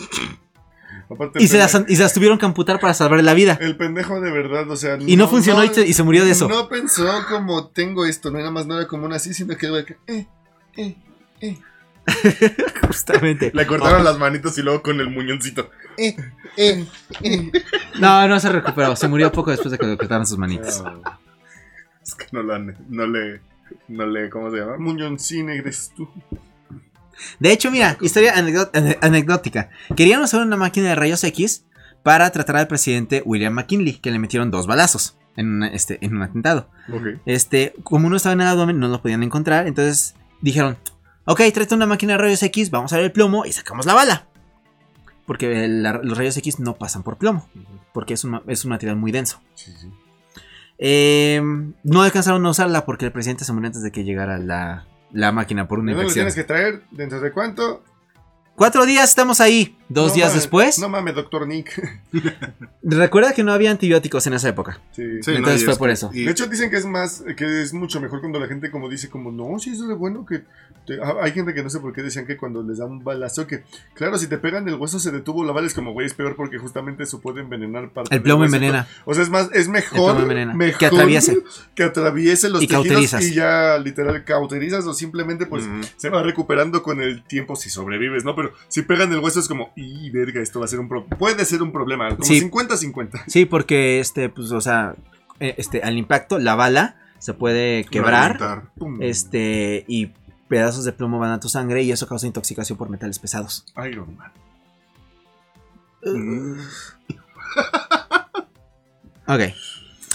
[SPEAKER 2] Aparte, el
[SPEAKER 3] y se, las,
[SPEAKER 2] pendejo-
[SPEAKER 3] y se las tuvieron que amputar para salvarle la vida.
[SPEAKER 2] El pendejo de verdad, o sea.
[SPEAKER 3] Y no, funcionó y, te- y se murió de eso.
[SPEAKER 2] No pensó como tengo esto, no nada más no era como una así, sino que era que, eh, eh,
[SPEAKER 3] Justamente.
[SPEAKER 4] Le cortaron las manitas y luego con el muñoncito.
[SPEAKER 2] eh, eh.
[SPEAKER 3] No, no se recuperó. Se murió poco después de que le cortaron sus manitas.
[SPEAKER 4] Es que no, lo han- no le. No le. ¿Cómo se llama?
[SPEAKER 2] Muñoncín, eres tú.
[SPEAKER 3] De hecho, mira, historia anecdó- ane- anecdótica. Querían usar una máquina de rayos X para tratar al presidente William McKinley, que le metieron dos balazos en, una- este, en un atentado.
[SPEAKER 4] Ok.
[SPEAKER 3] Este, como no estaba en el abdomen, no lo podían encontrar. Entonces dijeron: Ok, tráete una máquina de rayos X, vamos a ver el plomo y sacamos la bala. Porque el- la- los rayos X no pasan por plomo, porque es un, ma- es un material muy denso. Eh, no alcanzaron a usarla porque el presidente se murió antes de que llegara la, la máquina por una
[SPEAKER 2] ¿No lo
[SPEAKER 3] infección.
[SPEAKER 2] tienes que traer? ¿Dentro de cuánto?
[SPEAKER 3] Cuatro días estamos ahí, dos
[SPEAKER 2] No
[SPEAKER 3] días
[SPEAKER 2] mames,
[SPEAKER 3] después.
[SPEAKER 2] No mames, doctor Nick.
[SPEAKER 3] Recuerda que no había antibióticos en esa época.
[SPEAKER 2] Sí.
[SPEAKER 4] Sí, no,
[SPEAKER 3] Entonces
[SPEAKER 4] y
[SPEAKER 3] fue
[SPEAKER 4] es
[SPEAKER 3] por
[SPEAKER 4] que-
[SPEAKER 3] eso.
[SPEAKER 4] y-
[SPEAKER 2] De hecho dicen que es más, que es mucho mejor cuando la gente como dice como, no, si eso es bueno, que te- ah, hay gente que no sé por qué decían que cuando les da un balazo, que claro, si te pegan el hueso se detuvo, la bala es como, güey, es peor porque justamente eso puede envenenar parte
[SPEAKER 3] El
[SPEAKER 2] del
[SPEAKER 3] plomo
[SPEAKER 2] hueso.
[SPEAKER 3] envenena.
[SPEAKER 2] O sea, es más, es mejor,
[SPEAKER 3] plomo envenena.
[SPEAKER 2] mejor
[SPEAKER 3] Que atraviese.
[SPEAKER 2] que atraviese los
[SPEAKER 3] Y
[SPEAKER 2] tejidos
[SPEAKER 3] cauterizas. Mm.
[SPEAKER 2] y ya literal cauterizas o simplemente pues
[SPEAKER 4] Ujú.
[SPEAKER 2] se va recuperando con el tiempo si sobrevives, ¿no? Pero si pegan el hueso es como, y verga, esto va a ser un pro puede ser un problema, como
[SPEAKER 3] Sí.
[SPEAKER 2] 50-50.
[SPEAKER 3] Sí, porque este, pues, o sea, eh, este, al impacto, la bala se puede quebrar.
[SPEAKER 4] Reventar.
[SPEAKER 2] Pum.
[SPEAKER 3] Este, y pedazos de plomo van a tu sangre y eso causa intoxicación por metales pesados.
[SPEAKER 2] Iron Man.
[SPEAKER 3] Ok.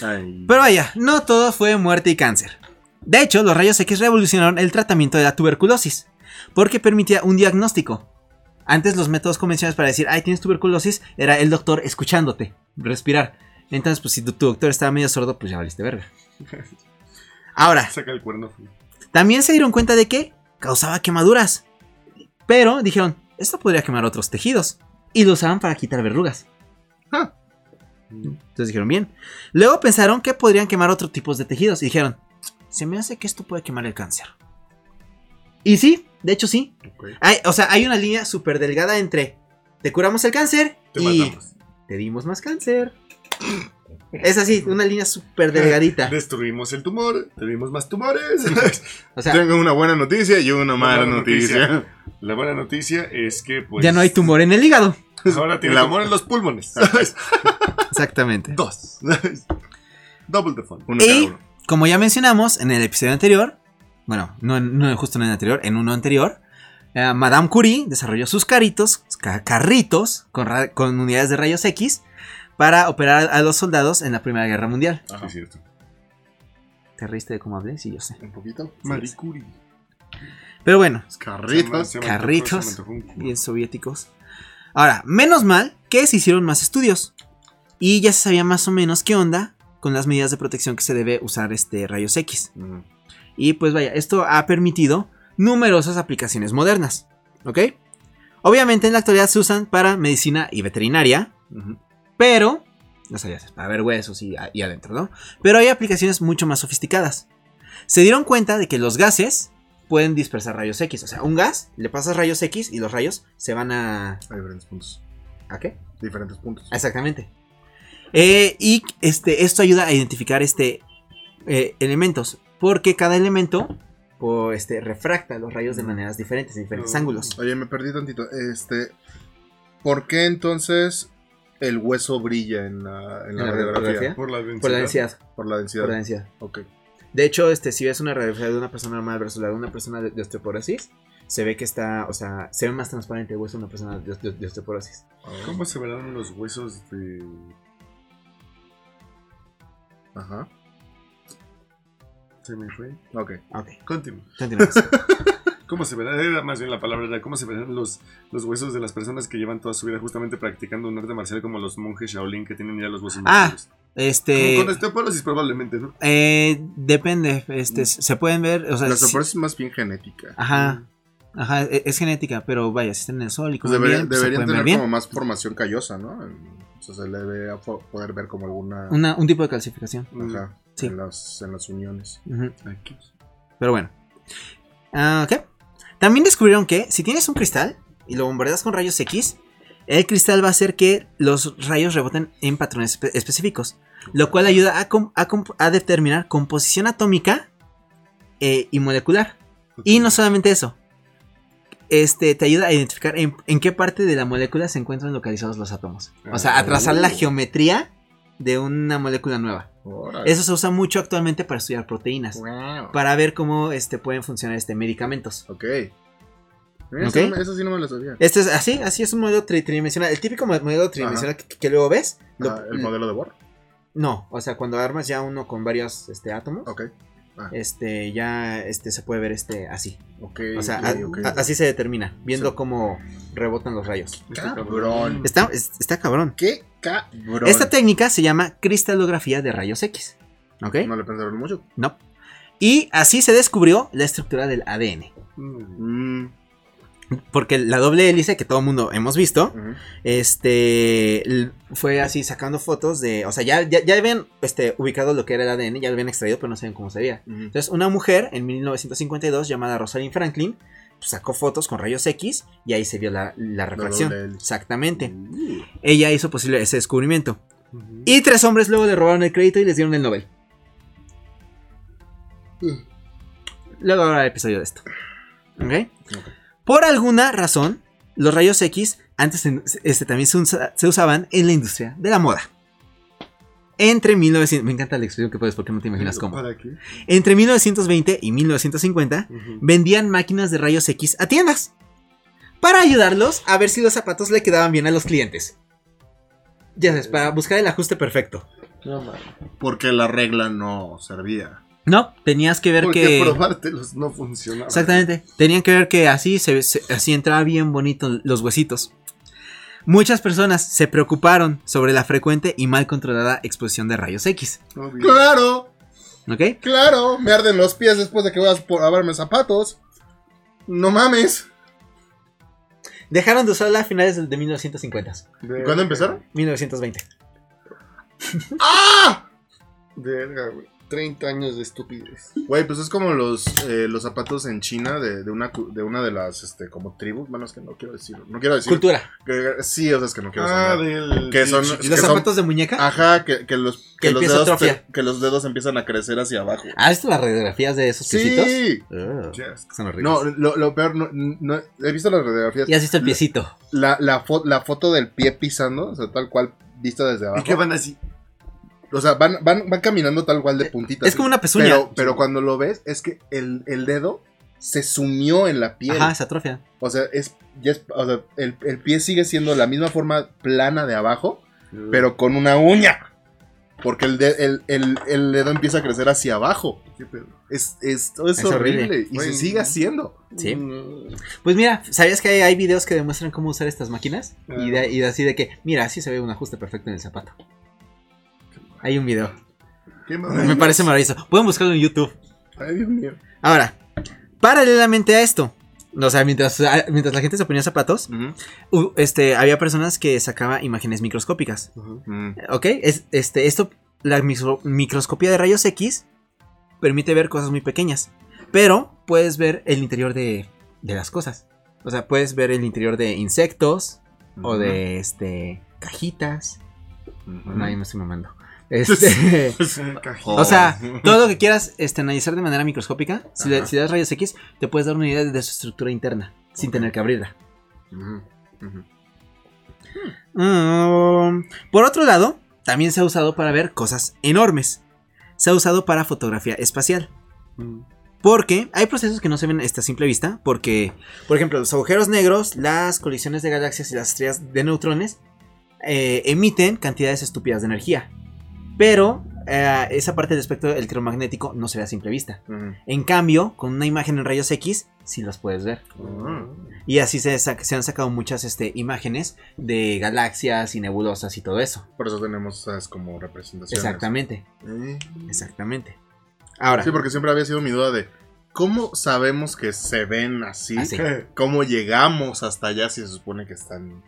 [SPEAKER 4] Ay.
[SPEAKER 3] Pero vaya, no todo fue muerte y cáncer. De hecho, los rayos X revolucionaron el tratamiento de la tuberculosis, porque permitía un diagnóstico. Antes los métodos convencionales para decir, ay, tienes tuberculosis, era el doctor escuchándote, respirar. Entonces, pues si tu, tu doctor estaba medio sordo, pues ya valiste verga. Ahora,
[SPEAKER 2] Saca el cuerno.
[SPEAKER 3] también se dieron cuenta de que causaba quemaduras. Pero dijeron, esto podría quemar otros tejidos. Y lo usaban para quitar verrugas.
[SPEAKER 4] Ah.
[SPEAKER 3] Entonces dijeron, bien. Luego pensaron que podrían quemar otros tipos de tejidos. Y dijeron, se me hace que esto puede quemar el cáncer. Y sí, de hecho sí.
[SPEAKER 2] Ok.
[SPEAKER 3] Hay- o sea, hay una línea súper delgada entre te curamos el cáncer
[SPEAKER 2] Te
[SPEAKER 3] y
[SPEAKER 2] matamos.
[SPEAKER 3] te dimos más cáncer. Es así, una línea súper delgadita.
[SPEAKER 2] Destruimos el tumor, tuvimos más tumores.
[SPEAKER 3] O sea,
[SPEAKER 4] Tengo una buena noticia y una mala
[SPEAKER 2] Una
[SPEAKER 4] noticia.
[SPEAKER 2] La buena noticia es que pues
[SPEAKER 3] ya no hay tumor en el hígado.
[SPEAKER 2] Ahora tiene
[SPEAKER 4] La-
[SPEAKER 2] tumor en los pulmones.
[SPEAKER 3] Exactamente.
[SPEAKER 2] Dos. Double the fun.
[SPEAKER 4] Uno cada
[SPEAKER 3] Y-
[SPEAKER 4] uno.
[SPEAKER 3] Como ya mencionamos en el episodio anterior, bueno, no, en- no justo en el anterior, en uno anterior, eh, Madame Curie desarrolló sus caritos, ca- carritos con, ra- con unidades de rayos X para operar a los soldados en la Primera Guerra Mundial.
[SPEAKER 2] Sí, es cierto.
[SPEAKER 3] ¿Te reíste de cómo hablé? Sí, yo sé.
[SPEAKER 4] Un poquito.
[SPEAKER 2] Marie Curie.
[SPEAKER 3] Pero bueno,
[SPEAKER 4] Carritos.
[SPEAKER 2] Se me- se me
[SPEAKER 3] Carritos.
[SPEAKER 2] antojó, se me antojó un culo.
[SPEAKER 3] bien soviéticos. Ahora, menos mal que se hicieron más estudios y ya se sabía más o menos qué onda con las medidas de protección que se debe usar este rayos X.
[SPEAKER 4] Mm.
[SPEAKER 3] Y pues vaya, esto ha permitido numerosas aplicaciones modernas. ¿Ok? Obviamente en la actualidad se usan para medicina y veterinaria,
[SPEAKER 4] Ujú.
[SPEAKER 3] pero... No sabías, para ver huesos y, y adentro, ¿no? Pero hay aplicaciones mucho más sofisticadas. Se dieron cuenta de que los gases pueden dispersar rayos X. O sea, un gas, le pasas rayos X y los rayos se van a...
[SPEAKER 4] Hay diferentes puntos.
[SPEAKER 3] ¿A qué?
[SPEAKER 4] Diferentes puntos.
[SPEAKER 3] Exactamente. Eh, y este, esto ayuda a identificar este, eh, elementos, porque cada elemento o, este, refracta los rayos de maneras diferentes, de diferentes
[SPEAKER 2] Mm.
[SPEAKER 3] ángulos.
[SPEAKER 4] Oye, me perdí tantito. Este, ¿por qué entonces el hueso brilla en la, en la
[SPEAKER 3] ¿En la
[SPEAKER 4] radiografía?
[SPEAKER 3] radiografía?
[SPEAKER 2] Por la densidad.
[SPEAKER 3] Por la densidad,
[SPEAKER 4] Por la densidad.
[SPEAKER 3] por la densidad.
[SPEAKER 4] Ok.
[SPEAKER 3] De hecho, este, si ves una radiografía de una persona normal versus la de una persona de, de osteoporosis, se ve que está, o sea, se ve más transparente el hueso de una persona de, de- de osteoporosis.
[SPEAKER 2] ¿Cómo se verán los huesos de
[SPEAKER 4] Ajá.
[SPEAKER 2] se me fue?
[SPEAKER 4] Ok.
[SPEAKER 3] Ah, Ok,
[SPEAKER 2] Continúa.
[SPEAKER 3] continuamos.
[SPEAKER 2] ¿Cómo se verán? Era más bien la palabra era cómo se verán los, los huesos de las personas que llevan toda su vida justamente practicando un arte marcial como los monjes Shaolin que tienen ya los huesos
[SPEAKER 3] Ah,
[SPEAKER 2] marcados.
[SPEAKER 3] este,
[SPEAKER 2] Con osteoporosis probablemente, ¿no?
[SPEAKER 3] eh, depende, este, se pueden ver, o sea,
[SPEAKER 4] la
[SPEAKER 3] sí-
[SPEAKER 4] osteoporosis es más bien genética.
[SPEAKER 3] Ajá. Ajá, e- es genética, pero vaya, si están en el sol y
[SPEAKER 4] Pues
[SPEAKER 3] comen
[SPEAKER 4] debería-
[SPEAKER 3] bien, pues se
[SPEAKER 4] deberían
[SPEAKER 3] pueden ver
[SPEAKER 4] tener
[SPEAKER 3] bien.
[SPEAKER 4] como más formación callosa, ¿no? Entonces se le debería po- poder ver como alguna.
[SPEAKER 3] Una- un tipo de calcificación.
[SPEAKER 4] Ajá.
[SPEAKER 3] Sí.
[SPEAKER 4] En, las, en las uniones.
[SPEAKER 3] Ujú,
[SPEAKER 2] Aquí.
[SPEAKER 3] Pero bueno. Ah, ok. También descubrieron que si tienes un cristal y lo bombardeas con rayos X, el cristal va a hacer que los rayos reboten en patrones espe- específicos, lo cual ayuda a, com- a comp- a determinar composición atómica eh, y molecular. Y no solamente eso. Este te ayuda a identificar en, en qué parte de la molécula se encuentran localizados los átomos. O sea, a trazar la
[SPEAKER 4] Ah.
[SPEAKER 3] geometría de una molécula nueva.
[SPEAKER 4] Órale.
[SPEAKER 3] Eso se usa mucho actualmente para estudiar proteínas.
[SPEAKER 4] Wow.
[SPEAKER 3] Para ver cómo este, pueden funcionar este, medicamentos.
[SPEAKER 4] Ok. Mira,
[SPEAKER 3] Ok.
[SPEAKER 4] Eso, no- eso sí no me lo sabía.
[SPEAKER 3] Este es así, así es un modelo tri- tridimensional. El típico mo- modelo tridimensional que, que luego ves. lo- mm.
[SPEAKER 4] Ah, el modelo de Bohr.
[SPEAKER 3] No, o sea, cuando armas ya uno con varios este, átomos,
[SPEAKER 4] Ok.
[SPEAKER 3] este, ya este, se puede ver este así.
[SPEAKER 4] Ok.
[SPEAKER 3] O sea,
[SPEAKER 4] ok,
[SPEAKER 3] a-
[SPEAKER 4] ok.
[SPEAKER 3] a- así se determina, viendo
[SPEAKER 4] Sí.
[SPEAKER 3] cómo rebotan los rayos.
[SPEAKER 4] Cabrón.
[SPEAKER 3] Está, es- está cabrón.
[SPEAKER 4] ¿Qué cabrón?
[SPEAKER 3] Esta técnica se llama cristalografía de rayos X. ¿Ok?
[SPEAKER 4] No le pensaron mucho.
[SPEAKER 3] No. Y así se descubrió la estructura del ADN.
[SPEAKER 2] Mm.
[SPEAKER 4] Mm,
[SPEAKER 3] Porque la doble hélice que todo el mundo hemos visto,
[SPEAKER 4] ujú.
[SPEAKER 3] este, l- fue así sacando fotos de, o sea, ya, ya, ya habían este, ubicado lo que era el ADN, ya lo habían extraído, pero no sabían cómo se veía.
[SPEAKER 4] Ujú.
[SPEAKER 3] Entonces, una mujer en 1952 llamada Rosalind Franklin pues, sacó fotos con rayos X y ahí se vio la, la refracción.
[SPEAKER 4] doble hélice.
[SPEAKER 3] Exactamente.
[SPEAKER 4] Uh,
[SPEAKER 3] Ella hizo posible ese descubrimiento.
[SPEAKER 2] Ujú.
[SPEAKER 3] Y tres hombres luego le robaron el crédito y les dieron el Nobel. Luego habrá episodio de esto. ¿Ok?
[SPEAKER 4] Ok.
[SPEAKER 3] Por alguna razón, los rayos X antes en- este, también se, usa- se usaban en la industria de la moda. Entre 1900... Me encanta la expresión que puedes porque no te imaginas cómo.
[SPEAKER 2] ¿Para qué?
[SPEAKER 3] Entre 1920 y 1950
[SPEAKER 2] Ujú.
[SPEAKER 3] vendían máquinas de rayos X a tiendas. Para ayudarlos a ver si los zapatos le quedaban bien a los clientes. Ya sabes, para buscar el ajuste perfecto.
[SPEAKER 2] No mames.
[SPEAKER 4] Porque la regla no servía.
[SPEAKER 3] No, tenías que ver
[SPEAKER 2] Porque
[SPEAKER 3] que.
[SPEAKER 2] probártelos no funcionaba.
[SPEAKER 3] Exactamente. Tenían que ver que así se, se- así entraba bien bonito los huesitos. Muchas personas se preocuparon sobre la frecuente y mal controlada exposición de rayos X.
[SPEAKER 2] Obvio.
[SPEAKER 4] ¡Claro!
[SPEAKER 3] ¿Ok?
[SPEAKER 4] ¡Claro! Me arden los pies después de que voy a por- a lavarme zapatos. ¡No mames!
[SPEAKER 3] Dejaron de usarla a finales de, de 1950.
[SPEAKER 2] Verga,
[SPEAKER 4] ¿Cuándo empezaron?
[SPEAKER 3] 1920.
[SPEAKER 4] ¡Ah!
[SPEAKER 2] Verga, güey. 30 años de estupidez.
[SPEAKER 4] Güey, pues es como los, eh, los zapatos en China de, de una, cu- de una de las este, como tribus. Bueno, es que no quiero decir. No quiero decir.
[SPEAKER 3] Cultura.
[SPEAKER 4] que- sí, o sea, es que no quiero
[SPEAKER 2] Ah,
[SPEAKER 4] decir.
[SPEAKER 2] del.
[SPEAKER 4] Que son-
[SPEAKER 2] pinche-
[SPEAKER 3] ¿Los
[SPEAKER 4] Es Pues que son- Ah.
[SPEAKER 3] zapatos de muñeca?
[SPEAKER 4] Ajá, que, que los,
[SPEAKER 3] Que
[SPEAKER 4] que,
[SPEAKER 3] el
[SPEAKER 4] los
[SPEAKER 3] pie se
[SPEAKER 4] dedos
[SPEAKER 3] atrofia.
[SPEAKER 4] te- que los dedos empiezan a crecer hacia abajo.
[SPEAKER 3] ¿Has visto las radiografías de esos piecitos?
[SPEAKER 4] Sí.
[SPEAKER 3] Ah,
[SPEAKER 2] Yes.
[SPEAKER 3] son horribles.
[SPEAKER 4] No, lo, lo peor, no, no- he visto las radiografías.
[SPEAKER 3] ¿Y has visto el piecito?
[SPEAKER 4] La, la, fo- la foto del pie pisando, o sea, tal cual vista desde
[SPEAKER 2] ¿Y qué
[SPEAKER 4] abajo.
[SPEAKER 2] van así?
[SPEAKER 4] O sea, van, van, van caminando tal cual de puntitas.
[SPEAKER 3] Es como una pezuña.
[SPEAKER 4] pero, pero cuando lo ves, es que el, el dedo se sumió en la piel.
[SPEAKER 3] Ajá, se atrofia.
[SPEAKER 4] O sea, es, ya es- o sea, el, el pie sigue siendo la misma forma plana de abajo, pero con una uña. Porque el, de- el, el- el dedo empieza a crecer hacia abajo.
[SPEAKER 2] ¿Qué pedo?
[SPEAKER 4] Es, es, es,
[SPEAKER 3] Es horrible.
[SPEAKER 4] horrible. Y
[SPEAKER 2] Güey.
[SPEAKER 4] se sigue haciendo.
[SPEAKER 3] Sí.
[SPEAKER 2] Mm.
[SPEAKER 3] Pues mira, ¿sabías que hay, hay videos que demuestran cómo usar estas máquinas? Y, de,
[SPEAKER 2] Claro.
[SPEAKER 3] y de así de que, mira, así se ve un ajuste perfecto en el zapato. Hay un video.
[SPEAKER 2] ¿Qué mamá?
[SPEAKER 3] Me parece maravilloso. Pueden buscarlo en YouTube.
[SPEAKER 4] Ay, Dios mío.
[SPEAKER 3] Ahora, paralelamente a esto, o sea, mientras, ah, mientras la gente se ponía zapatos, u- este, había personas que sacaba imágenes microscópicas.
[SPEAKER 2] Ujú.
[SPEAKER 4] Mm.
[SPEAKER 3] ¿Ok? Es, este, esto, la micro- microscopía de rayos X permite ver cosas muy pequeñas, pero puedes ver el interior de, de las cosas. O sea, puedes ver el interior de insectos o de este cajitas.
[SPEAKER 4] Ujú.
[SPEAKER 3] No, ahí me estoy mamando. Este, o sea, todo lo que quieras este, analizar de manera microscópica, si, le-
[SPEAKER 4] Ajá.
[SPEAKER 3] si das rayos X, te puedes dar una idea de su estructura interna, sin
[SPEAKER 4] Ok.
[SPEAKER 3] tener que abrirla.
[SPEAKER 4] Ujú, ujú.
[SPEAKER 3] Mm, Por otro lado, también se ha usado para ver cosas enormes. Se ha usado para fotografía espacial.
[SPEAKER 2] Mm.
[SPEAKER 3] Porque hay procesos que no se ven a esta simple vista, porque, por ejemplo, los agujeros negros, las colisiones de galaxias y las estrellas de neutrones eh, emiten cantidades estúpidas de energía. Pero eh, esa parte del espectro electromagnético no se ve a simple vista.
[SPEAKER 4] Ujú.
[SPEAKER 3] En cambio, con una imagen en rayos X, sí las puedes ver.
[SPEAKER 4] Ah,
[SPEAKER 3] Y así se, sa- se han sacado muchas este, imágenes de galaxias y nebulosas y todo eso.
[SPEAKER 4] Por eso tenemos esas como representaciones.
[SPEAKER 3] Exactamente,
[SPEAKER 4] Eh.
[SPEAKER 3] exactamente. Ahora,
[SPEAKER 4] Sí, porque siempre había sido mi duda de cómo sabemos que se ven así.
[SPEAKER 3] Así.
[SPEAKER 2] Eh,
[SPEAKER 4] ¿Cómo llegamos hasta allá si se supone que están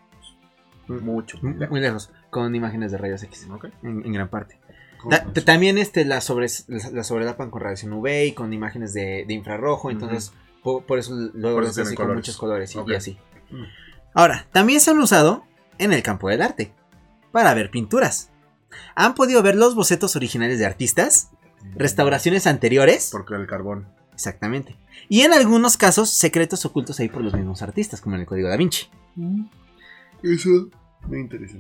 [SPEAKER 4] mucho?
[SPEAKER 3] muy muy lejos, con imágenes de rayos X,
[SPEAKER 4] Ok.
[SPEAKER 3] en- en gran parte.
[SPEAKER 2] ¿cómo?
[SPEAKER 3] Ta- ta- también este, la, sobres- la- la sobrelapan con radiación UV y con imágenes de, de infrarrojo, entonces po- por, eso luego
[SPEAKER 4] Por
[SPEAKER 3] los
[SPEAKER 4] eso
[SPEAKER 3] hacen
[SPEAKER 4] tienen
[SPEAKER 3] con
[SPEAKER 4] colores.
[SPEAKER 3] muchos colores y, y
[SPEAKER 4] Ok.
[SPEAKER 3] así.
[SPEAKER 2] Mm.
[SPEAKER 3] Ahora, también se han usado en el campo del arte para ver pinturas. Han podido ver los bocetos originales de artistas,
[SPEAKER 4] Mm.
[SPEAKER 3] restauraciones anteriores,
[SPEAKER 4] Porque el carbón.
[SPEAKER 3] exactamente, y en algunos casos secretos ocultos ahí por los mismos artistas, como en el Código da Vinci.
[SPEAKER 2] Eso me interesa.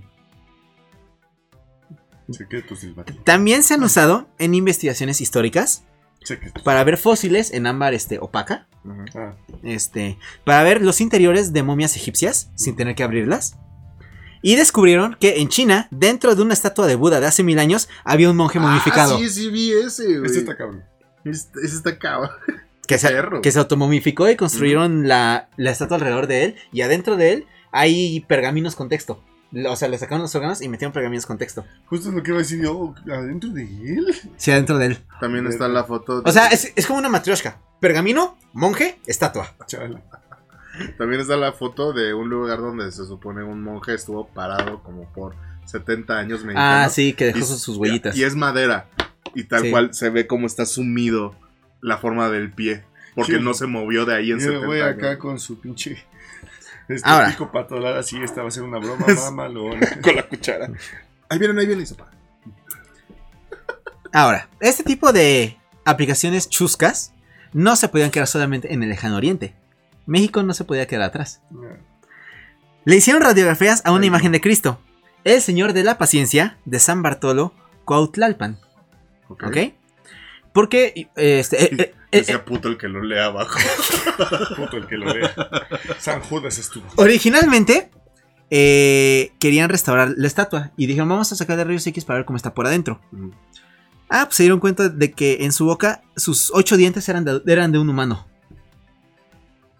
[SPEAKER 2] Secretos silváticos.
[SPEAKER 3] También se han usado en investigaciones históricas
[SPEAKER 2] Secretos.
[SPEAKER 3] para ver fósiles en ámbar este, opaca.
[SPEAKER 4] Ujú.
[SPEAKER 2] Ah,
[SPEAKER 3] este, para ver los interiores de momias egipcias sin tener que abrirlas. Y descubrieron que en China, dentro de una estatua de Buda de hace mil años, había un monje momificado
[SPEAKER 4] Ah, sí, sí vi ese, güey.
[SPEAKER 2] este está cabrón.
[SPEAKER 4] Este- ese está cabrón.
[SPEAKER 3] que, se,
[SPEAKER 4] perro.
[SPEAKER 3] que se automomificó y construyeron la, la estatua alrededor de él. Y adentro de él hay pergaminos con texto. O sea, le sacaron los órganos y metieron pergaminos con texto.
[SPEAKER 2] Justo es lo que iba a decir yo. Adentro de él.
[SPEAKER 3] Sí, adentro de él.
[SPEAKER 4] También está la foto. de-
[SPEAKER 3] O sea, es, es como una matrioshka. Pergamino, monje, estatua.
[SPEAKER 2] Chala.
[SPEAKER 4] También está la foto de un lugar donde se supone un monje estuvo parado como por 70 años meditando.
[SPEAKER 3] Ah, sí, que dejó
[SPEAKER 4] Y-
[SPEAKER 3] sus, sus huellitas.
[SPEAKER 4] Y es madera. Y tal
[SPEAKER 3] Sí.
[SPEAKER 4] cual se ve como está sumido la forma del pie. Porque
[SPEAKER 2] Sí.
[SPEAKER 4] no se movió de ahí en
[SPEAKER 2] Y el
[SPEAKER 4] 70
[SPEAKER 2] güey
[SPEAKER 4] años.
[SPEAKER 2] acá con su pinche. Este
[SPEAKER 3] Ahora.
[SPEAKER 2] pico patolar así, esta va a ser una broma, mamalón.
[SPEAKER 4] Con la cuchara. Ahí vienen, ahí vienen. Y se para.
[SPEAKER 3] Ahora, este tipo de aplicaciones chuscas no se podían quedar solamente en el lejano oriente. México no se podía quedar atrás. Le hicieron radiografías a una
[SPEAKER 4] Ay.
[SPEAKER 3] imagen de Cristo, el Señor de la Paciencia de San Bartolo, Cuautlalpan,
[SPEAKER 4] Ok.
[SPEAKER 3] ¿ok? Porque este, eh, eh, eh,
[SPEAKER 4] Decía puto el que lo lea abajo.
[SPEAKER 2] Puto el que lo vea. San Judas estuvo.
[SPEAKER 3] originalmente eh, querían restaurar la estatua y dijeron, vamos a sacar de rayos X para ver cómo está por adentro.
[SPEAKER 4] Ujú.
[SPEAKER 3] Ah, pues se dieron cuenta de que en su boca sus ocho dientes eran de, eran de un humano.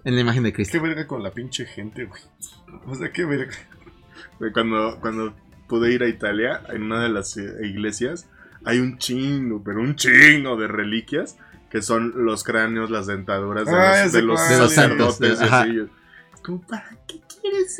[SPEAKER 3] En la imagen de Cristo.
[SPEAKER 2] Qué verga con la pinche gente, güey. O sea, qué verga.
[SPEAKER 4] Güey, Cuando, cuando pude ir a Italia, en una de las eh, iglesias, hay un chingo, pero un chingo de reliquias que son los cráneos, las dentaduras de,
[SPEAKER 2] Ah,
[SPEAKER 4] los,
[SPEAKER 2] ese
[SPEAKER 4] de los
[SPEAKER 2] cual. De los
[SPEAKER 3] santos,
[SPEAKER 4] sacerdotes. y
[SPEAKER 3] ajá.
[SPEAKER 4] así. Es Como, ¿para qué quieres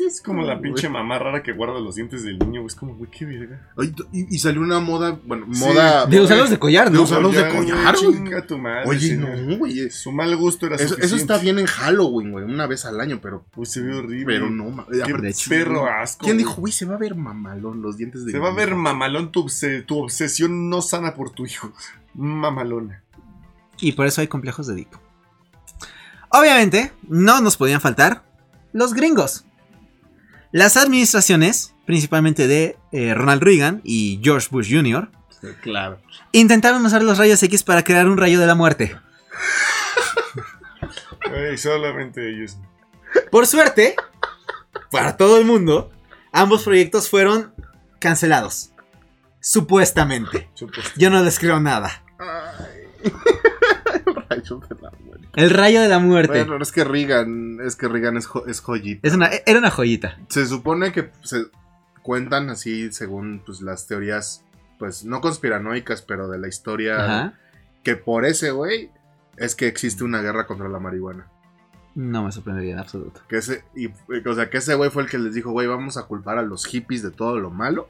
[SPEAKER 2] Es
[SPEAKER 4] eso?
[SPEAKER 2] como la
[SPEAKER 4] güey?
[SPEAKER 2] pinche mamá rara que guarda los dientes del niño, güey. Es como, güey, qué verga.
[SPEAKER 4] Oye, tú- Y, y salió una moda, bueno,
[SPEAKER 2] Sí.
[SPEAKER 4] moda.
[SPEAKER 3] De usarlos de collar,
[SPEAKER 4] De
[SPEAKER 3] ¿no?
[SPEAKER 4] usarlos de collar, güey.
[SPEAKER 2] Chinga tu madre,
[SPEAKER 4] Oye,
[SPEAKER 2] señor.
[SPEAKER 4] no, güey. es-
[SPEAKER 2] Su mal gusto era
[SPEAKER 4] Eso,
[SPEAKER 2] suficiente.
[SPEAKER 4] eso está bien en Halloween, güey, una vez al año, pero.
[SPEAKER 2] Uy, se ve horrible.
[SPEAKER 4] Pero no, ma- eh,
[SPEAKER 2] Qué
[SPEAKER 4] aparte-
[SPEAKER 3] hecho.
[SPEAKER 2] perro asco.
[SPEAKER 4] ¿Quién
[SPEAKER 2] güey.
[SPEAKER 4] dijo, güey, se va a ver mamalón los dientes de
[SPEAKER 2] Se va a ver mamalón tu, obse- tu obsesión no sana por tu hijo. Mamalona.
[SPEAKER 3] Y por eso hay complejos de Edipo. Obviamente, no nos podían faltar los gringos. Las administraciones, principalmente de eh, Ronald Reagan y George Bush Jr.,
[SPEAKER 4] Claro.
[SPEAKER 3] intentaron usar los rayos X para crear un rayo de la muerte.
[SPEAKER 2] Güey, solamente ellos.
[SPEAKER 3] Por suerte, para todo el mundo, ambos proyectos fueron cancelados. Supuestamente.
[SPEAKER 2] Supuesto.
[SPEAKER 3] Yo no les creo nada.
[SPEAKER 4] Ay. Rayo de la muerte.
[SPEAKER 3] El rayo de la muerte.
[SPEAKER 4] Bueno, es que Reagan, es que Reagan es, jo- es joyita.
[SPEAKER 3] Es una, era una joyita.
[SPEAKER 4] Se supone que se cuentan así según pues, las teorías, pues no conspiranoicas, pero de la historia,
[SPEAKER 3] Ajá.
[SPEAKER 4] que por ese güey es que existe una guerra contra la marihuana.
[SPEAKER 3] No me sorprendería en absoluto.
[SPEAKER 4] Que ese, y, o sea, que ese güey fue el que les dijo, güey, vamos a culpar a los hippies de todo lo malo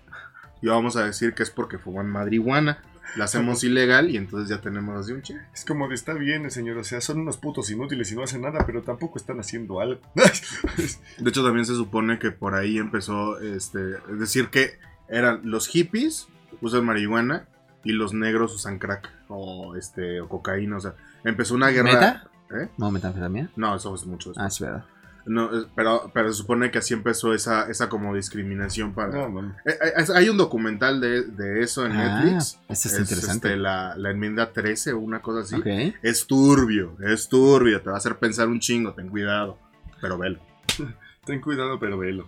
[SPEAKER 4] y vamos a decir que es porque fuman marihuana. La hacemos ilegal y entonces ya tenemos así un chingo.
[SPEAKER 2] Es como de está bien, señor. O sea, son unos putos inútiles y no hacen nada, pero tampoco están haciendo algo.
[SPEAKER 4] De hecho, también se supone que por ahí empezó este, es decir que eran los hippies usan marihuana y los negros usan crack o este o cocaína. O sea, empezó una guerra.
[SPEAKER 3] ¿Meta?
[SPEAKER 4] ¿Eh?
[SPEAKER 3] No, metanfetamina.
[SPEAKER 4] No, eso es mucho. eso.
[SPEAKER 3] Ah, es verdad.
[SPEAKER 4] No, es- pero, pero se supone que así empezó esa, esa como discriminación para.
[SPEAKER 2] no, mami.
[SPEAKER 4] Eh, eh, es- hay un documental de, de eso en
[SPEAKER 3] Ah,
[SPEAKER 4] Netflix.
[SPEAKER 3] este es interesante.
[SPEAKER 4] este, la, la enmienda 13 o una cosa así.
[SPEAKER 3] Ok.
[SPEAKER 4] Es turbio, es turbio. Te va a hacer pensar un chingo, ten cuidado. Pero velo.
[SPEAKER 2] Ten cuidado, pero velo.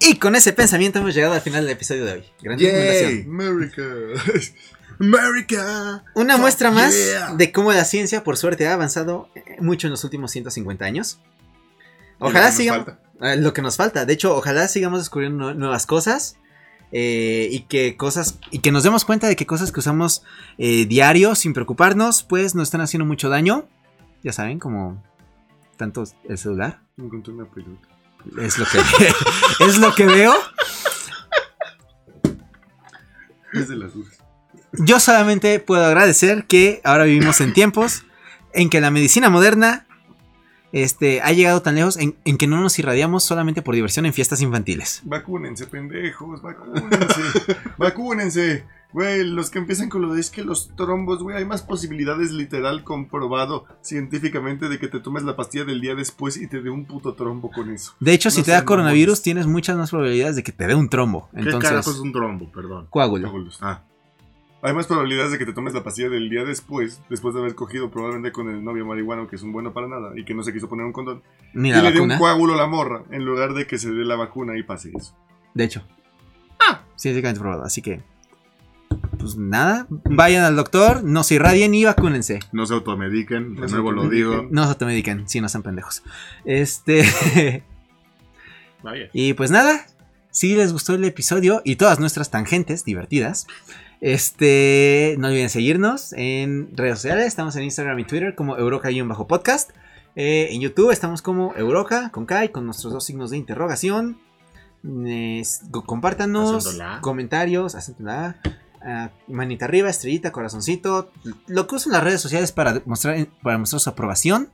[SPEAKER 3] Y con ese pensamiento hemos llegado al final del episodio de hoy. Gran
[SPEAKER 4] Yay.
[SPEAKER 3] recomendación.
[SPEAKER 2] America.
[SPEAKER 4] ¡America!
[SPEAKER 3] Una
[SPEAKER 4] Fuck
[SPEAKER 3] muestra más
[SPEAKER 4] yeah.
[SPEAKER 3] de cómo la ciencia, por suerte, ha avanzado eh, mucho en los últimos 150 años.
[SPEAKER 4] Y lo que
[SPEAKER 3] Ojalá
[SPEAKER 4] nos
[SPEAKER 3] sigamos.
[SPEAKER 4] falta.
[SPEAKER 3] eh, Lo que nos falta. De hecho, ojalá sigamos descubriendo nue- nuevas cosas. eh, y que cosas. Y que nos demos cuenta de que cosas que usamos eh, diario sin preocuparnos, pues nos están haciendo mucho daño. Ya saben, como tanto el celular.
[SPEAKER 2] Encontré una pelota.
[SPEAKER 3] Es lo que, es lo que veo.
[SPEAKER 2] Es de las dudas.
[SPEAKER 3] Yo solamente puedo agradecer que ahora vivimos en tiempos en que la medicina moderna este, ha llegado tan lejos en, en que no nos irradiamos solamente por diversión en fiestas infantiles.
[SPEAKER 2] Vacúnense, pendejos, vacúnense. vacúnense. Güey, los que empiezan con lo de es que los trombos, güey, hay más posibilidades literal comprobado científicamente de que te tomes la pastilla del día después y te dé un puto trombo con eso.
[SPEAKER 3] De hecho, si
[SPEAKER 2] No
[SPEAKER 3] te da
[SPEAKER 2] sean
[SPEAKER 3] coronavirus,
[SPEAKER 2] mamones.
[SPEAKER 3] tienes muchas más probabilidades de que te dé un trombo.
[SPEAKER 4] ¿Qué carajo es
[SPEAKER 3] Entonces,
[SPEAKER 4] un trombo? Perdón.
[SPEAKER 3] coágulo.
[SPEAKER 4] Ah,
[SPEAKER 2] Hay más probabilidades de que te tomes la pastilla del día después, después de haber cogido probablemente con el novio marihuano que es un bueno para nada y que no se quiso poner un condón.
[SPEAKER 3] Ni
[SPEAKER 2] y
[SPEAKER 3] la
[SPEAKER 2] le dé un
[SPEAKER 3] vacuna.
[SPEAKER 2] coágulo a la morra en lugar de que se dé la vacuna y pase eso.
[SPEAKER 3] De hecho.
[SPEAKER 2] Ah.
[SPEAKER 3] Científicamente probado. Así que. Pues nada. Vayan al doctor, no se irradien y vacúnense.
[SPEAKER 4] no se automediquen, de
[SPEAKER 2] No se
[SPEAKER 4] nuevo lo
[SPEAKER 2] automediquen.
[SPEAKER 4] digo.
[SPEAKER 3] No se te mediquen, si no sean pendejos. Este.
[SPEAKER 4] Vaya.
[SPEAKER 3] Y pues nada, si les gustó el episodio y todas nuestras tangentes divertidas, este, no olviden seguirnos en redes sociales. Estamos en Instagram y Twitter como Euroca-podcast. Eh, en YouTube estamos como Euroca con K y con nuestros dos signos de interrogación. Eh, s- co- compártanos
[SPEAKER 4] Acento la A.
[SPEAKER 3] comentarios, acento la A, ah, manita arriba, estrellita, corazoncito, lo que usan las redes sociales para mostrar, para mostrar su aprobación.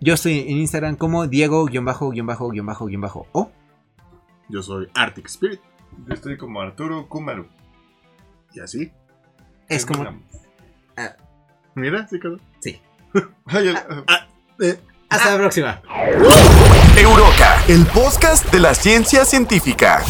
[SPEAKER 3] Yo estoy en Instagram como Diego-O.
[SPEAKER 4] Yo soy Arctic Spirit.
[SPEAKER 2] Yo estoy como Arturo Kumaru.
[SPEAKER 4] Y así.
[SPEAKER 3] Es como. Ah.
[SPEAKER 2] Terminamos.
[SPEAKER 4] Mira, sí, cabrón.
[SPEAKER 3] Sí. Ah.
[SPEAKER 2] Ay, el-
[SPEAKER 4] Ah.
[SPEAKER 3] Hasta la próxima.
[SPEAKER 1] Euroca, el podcast de la ciencia científica.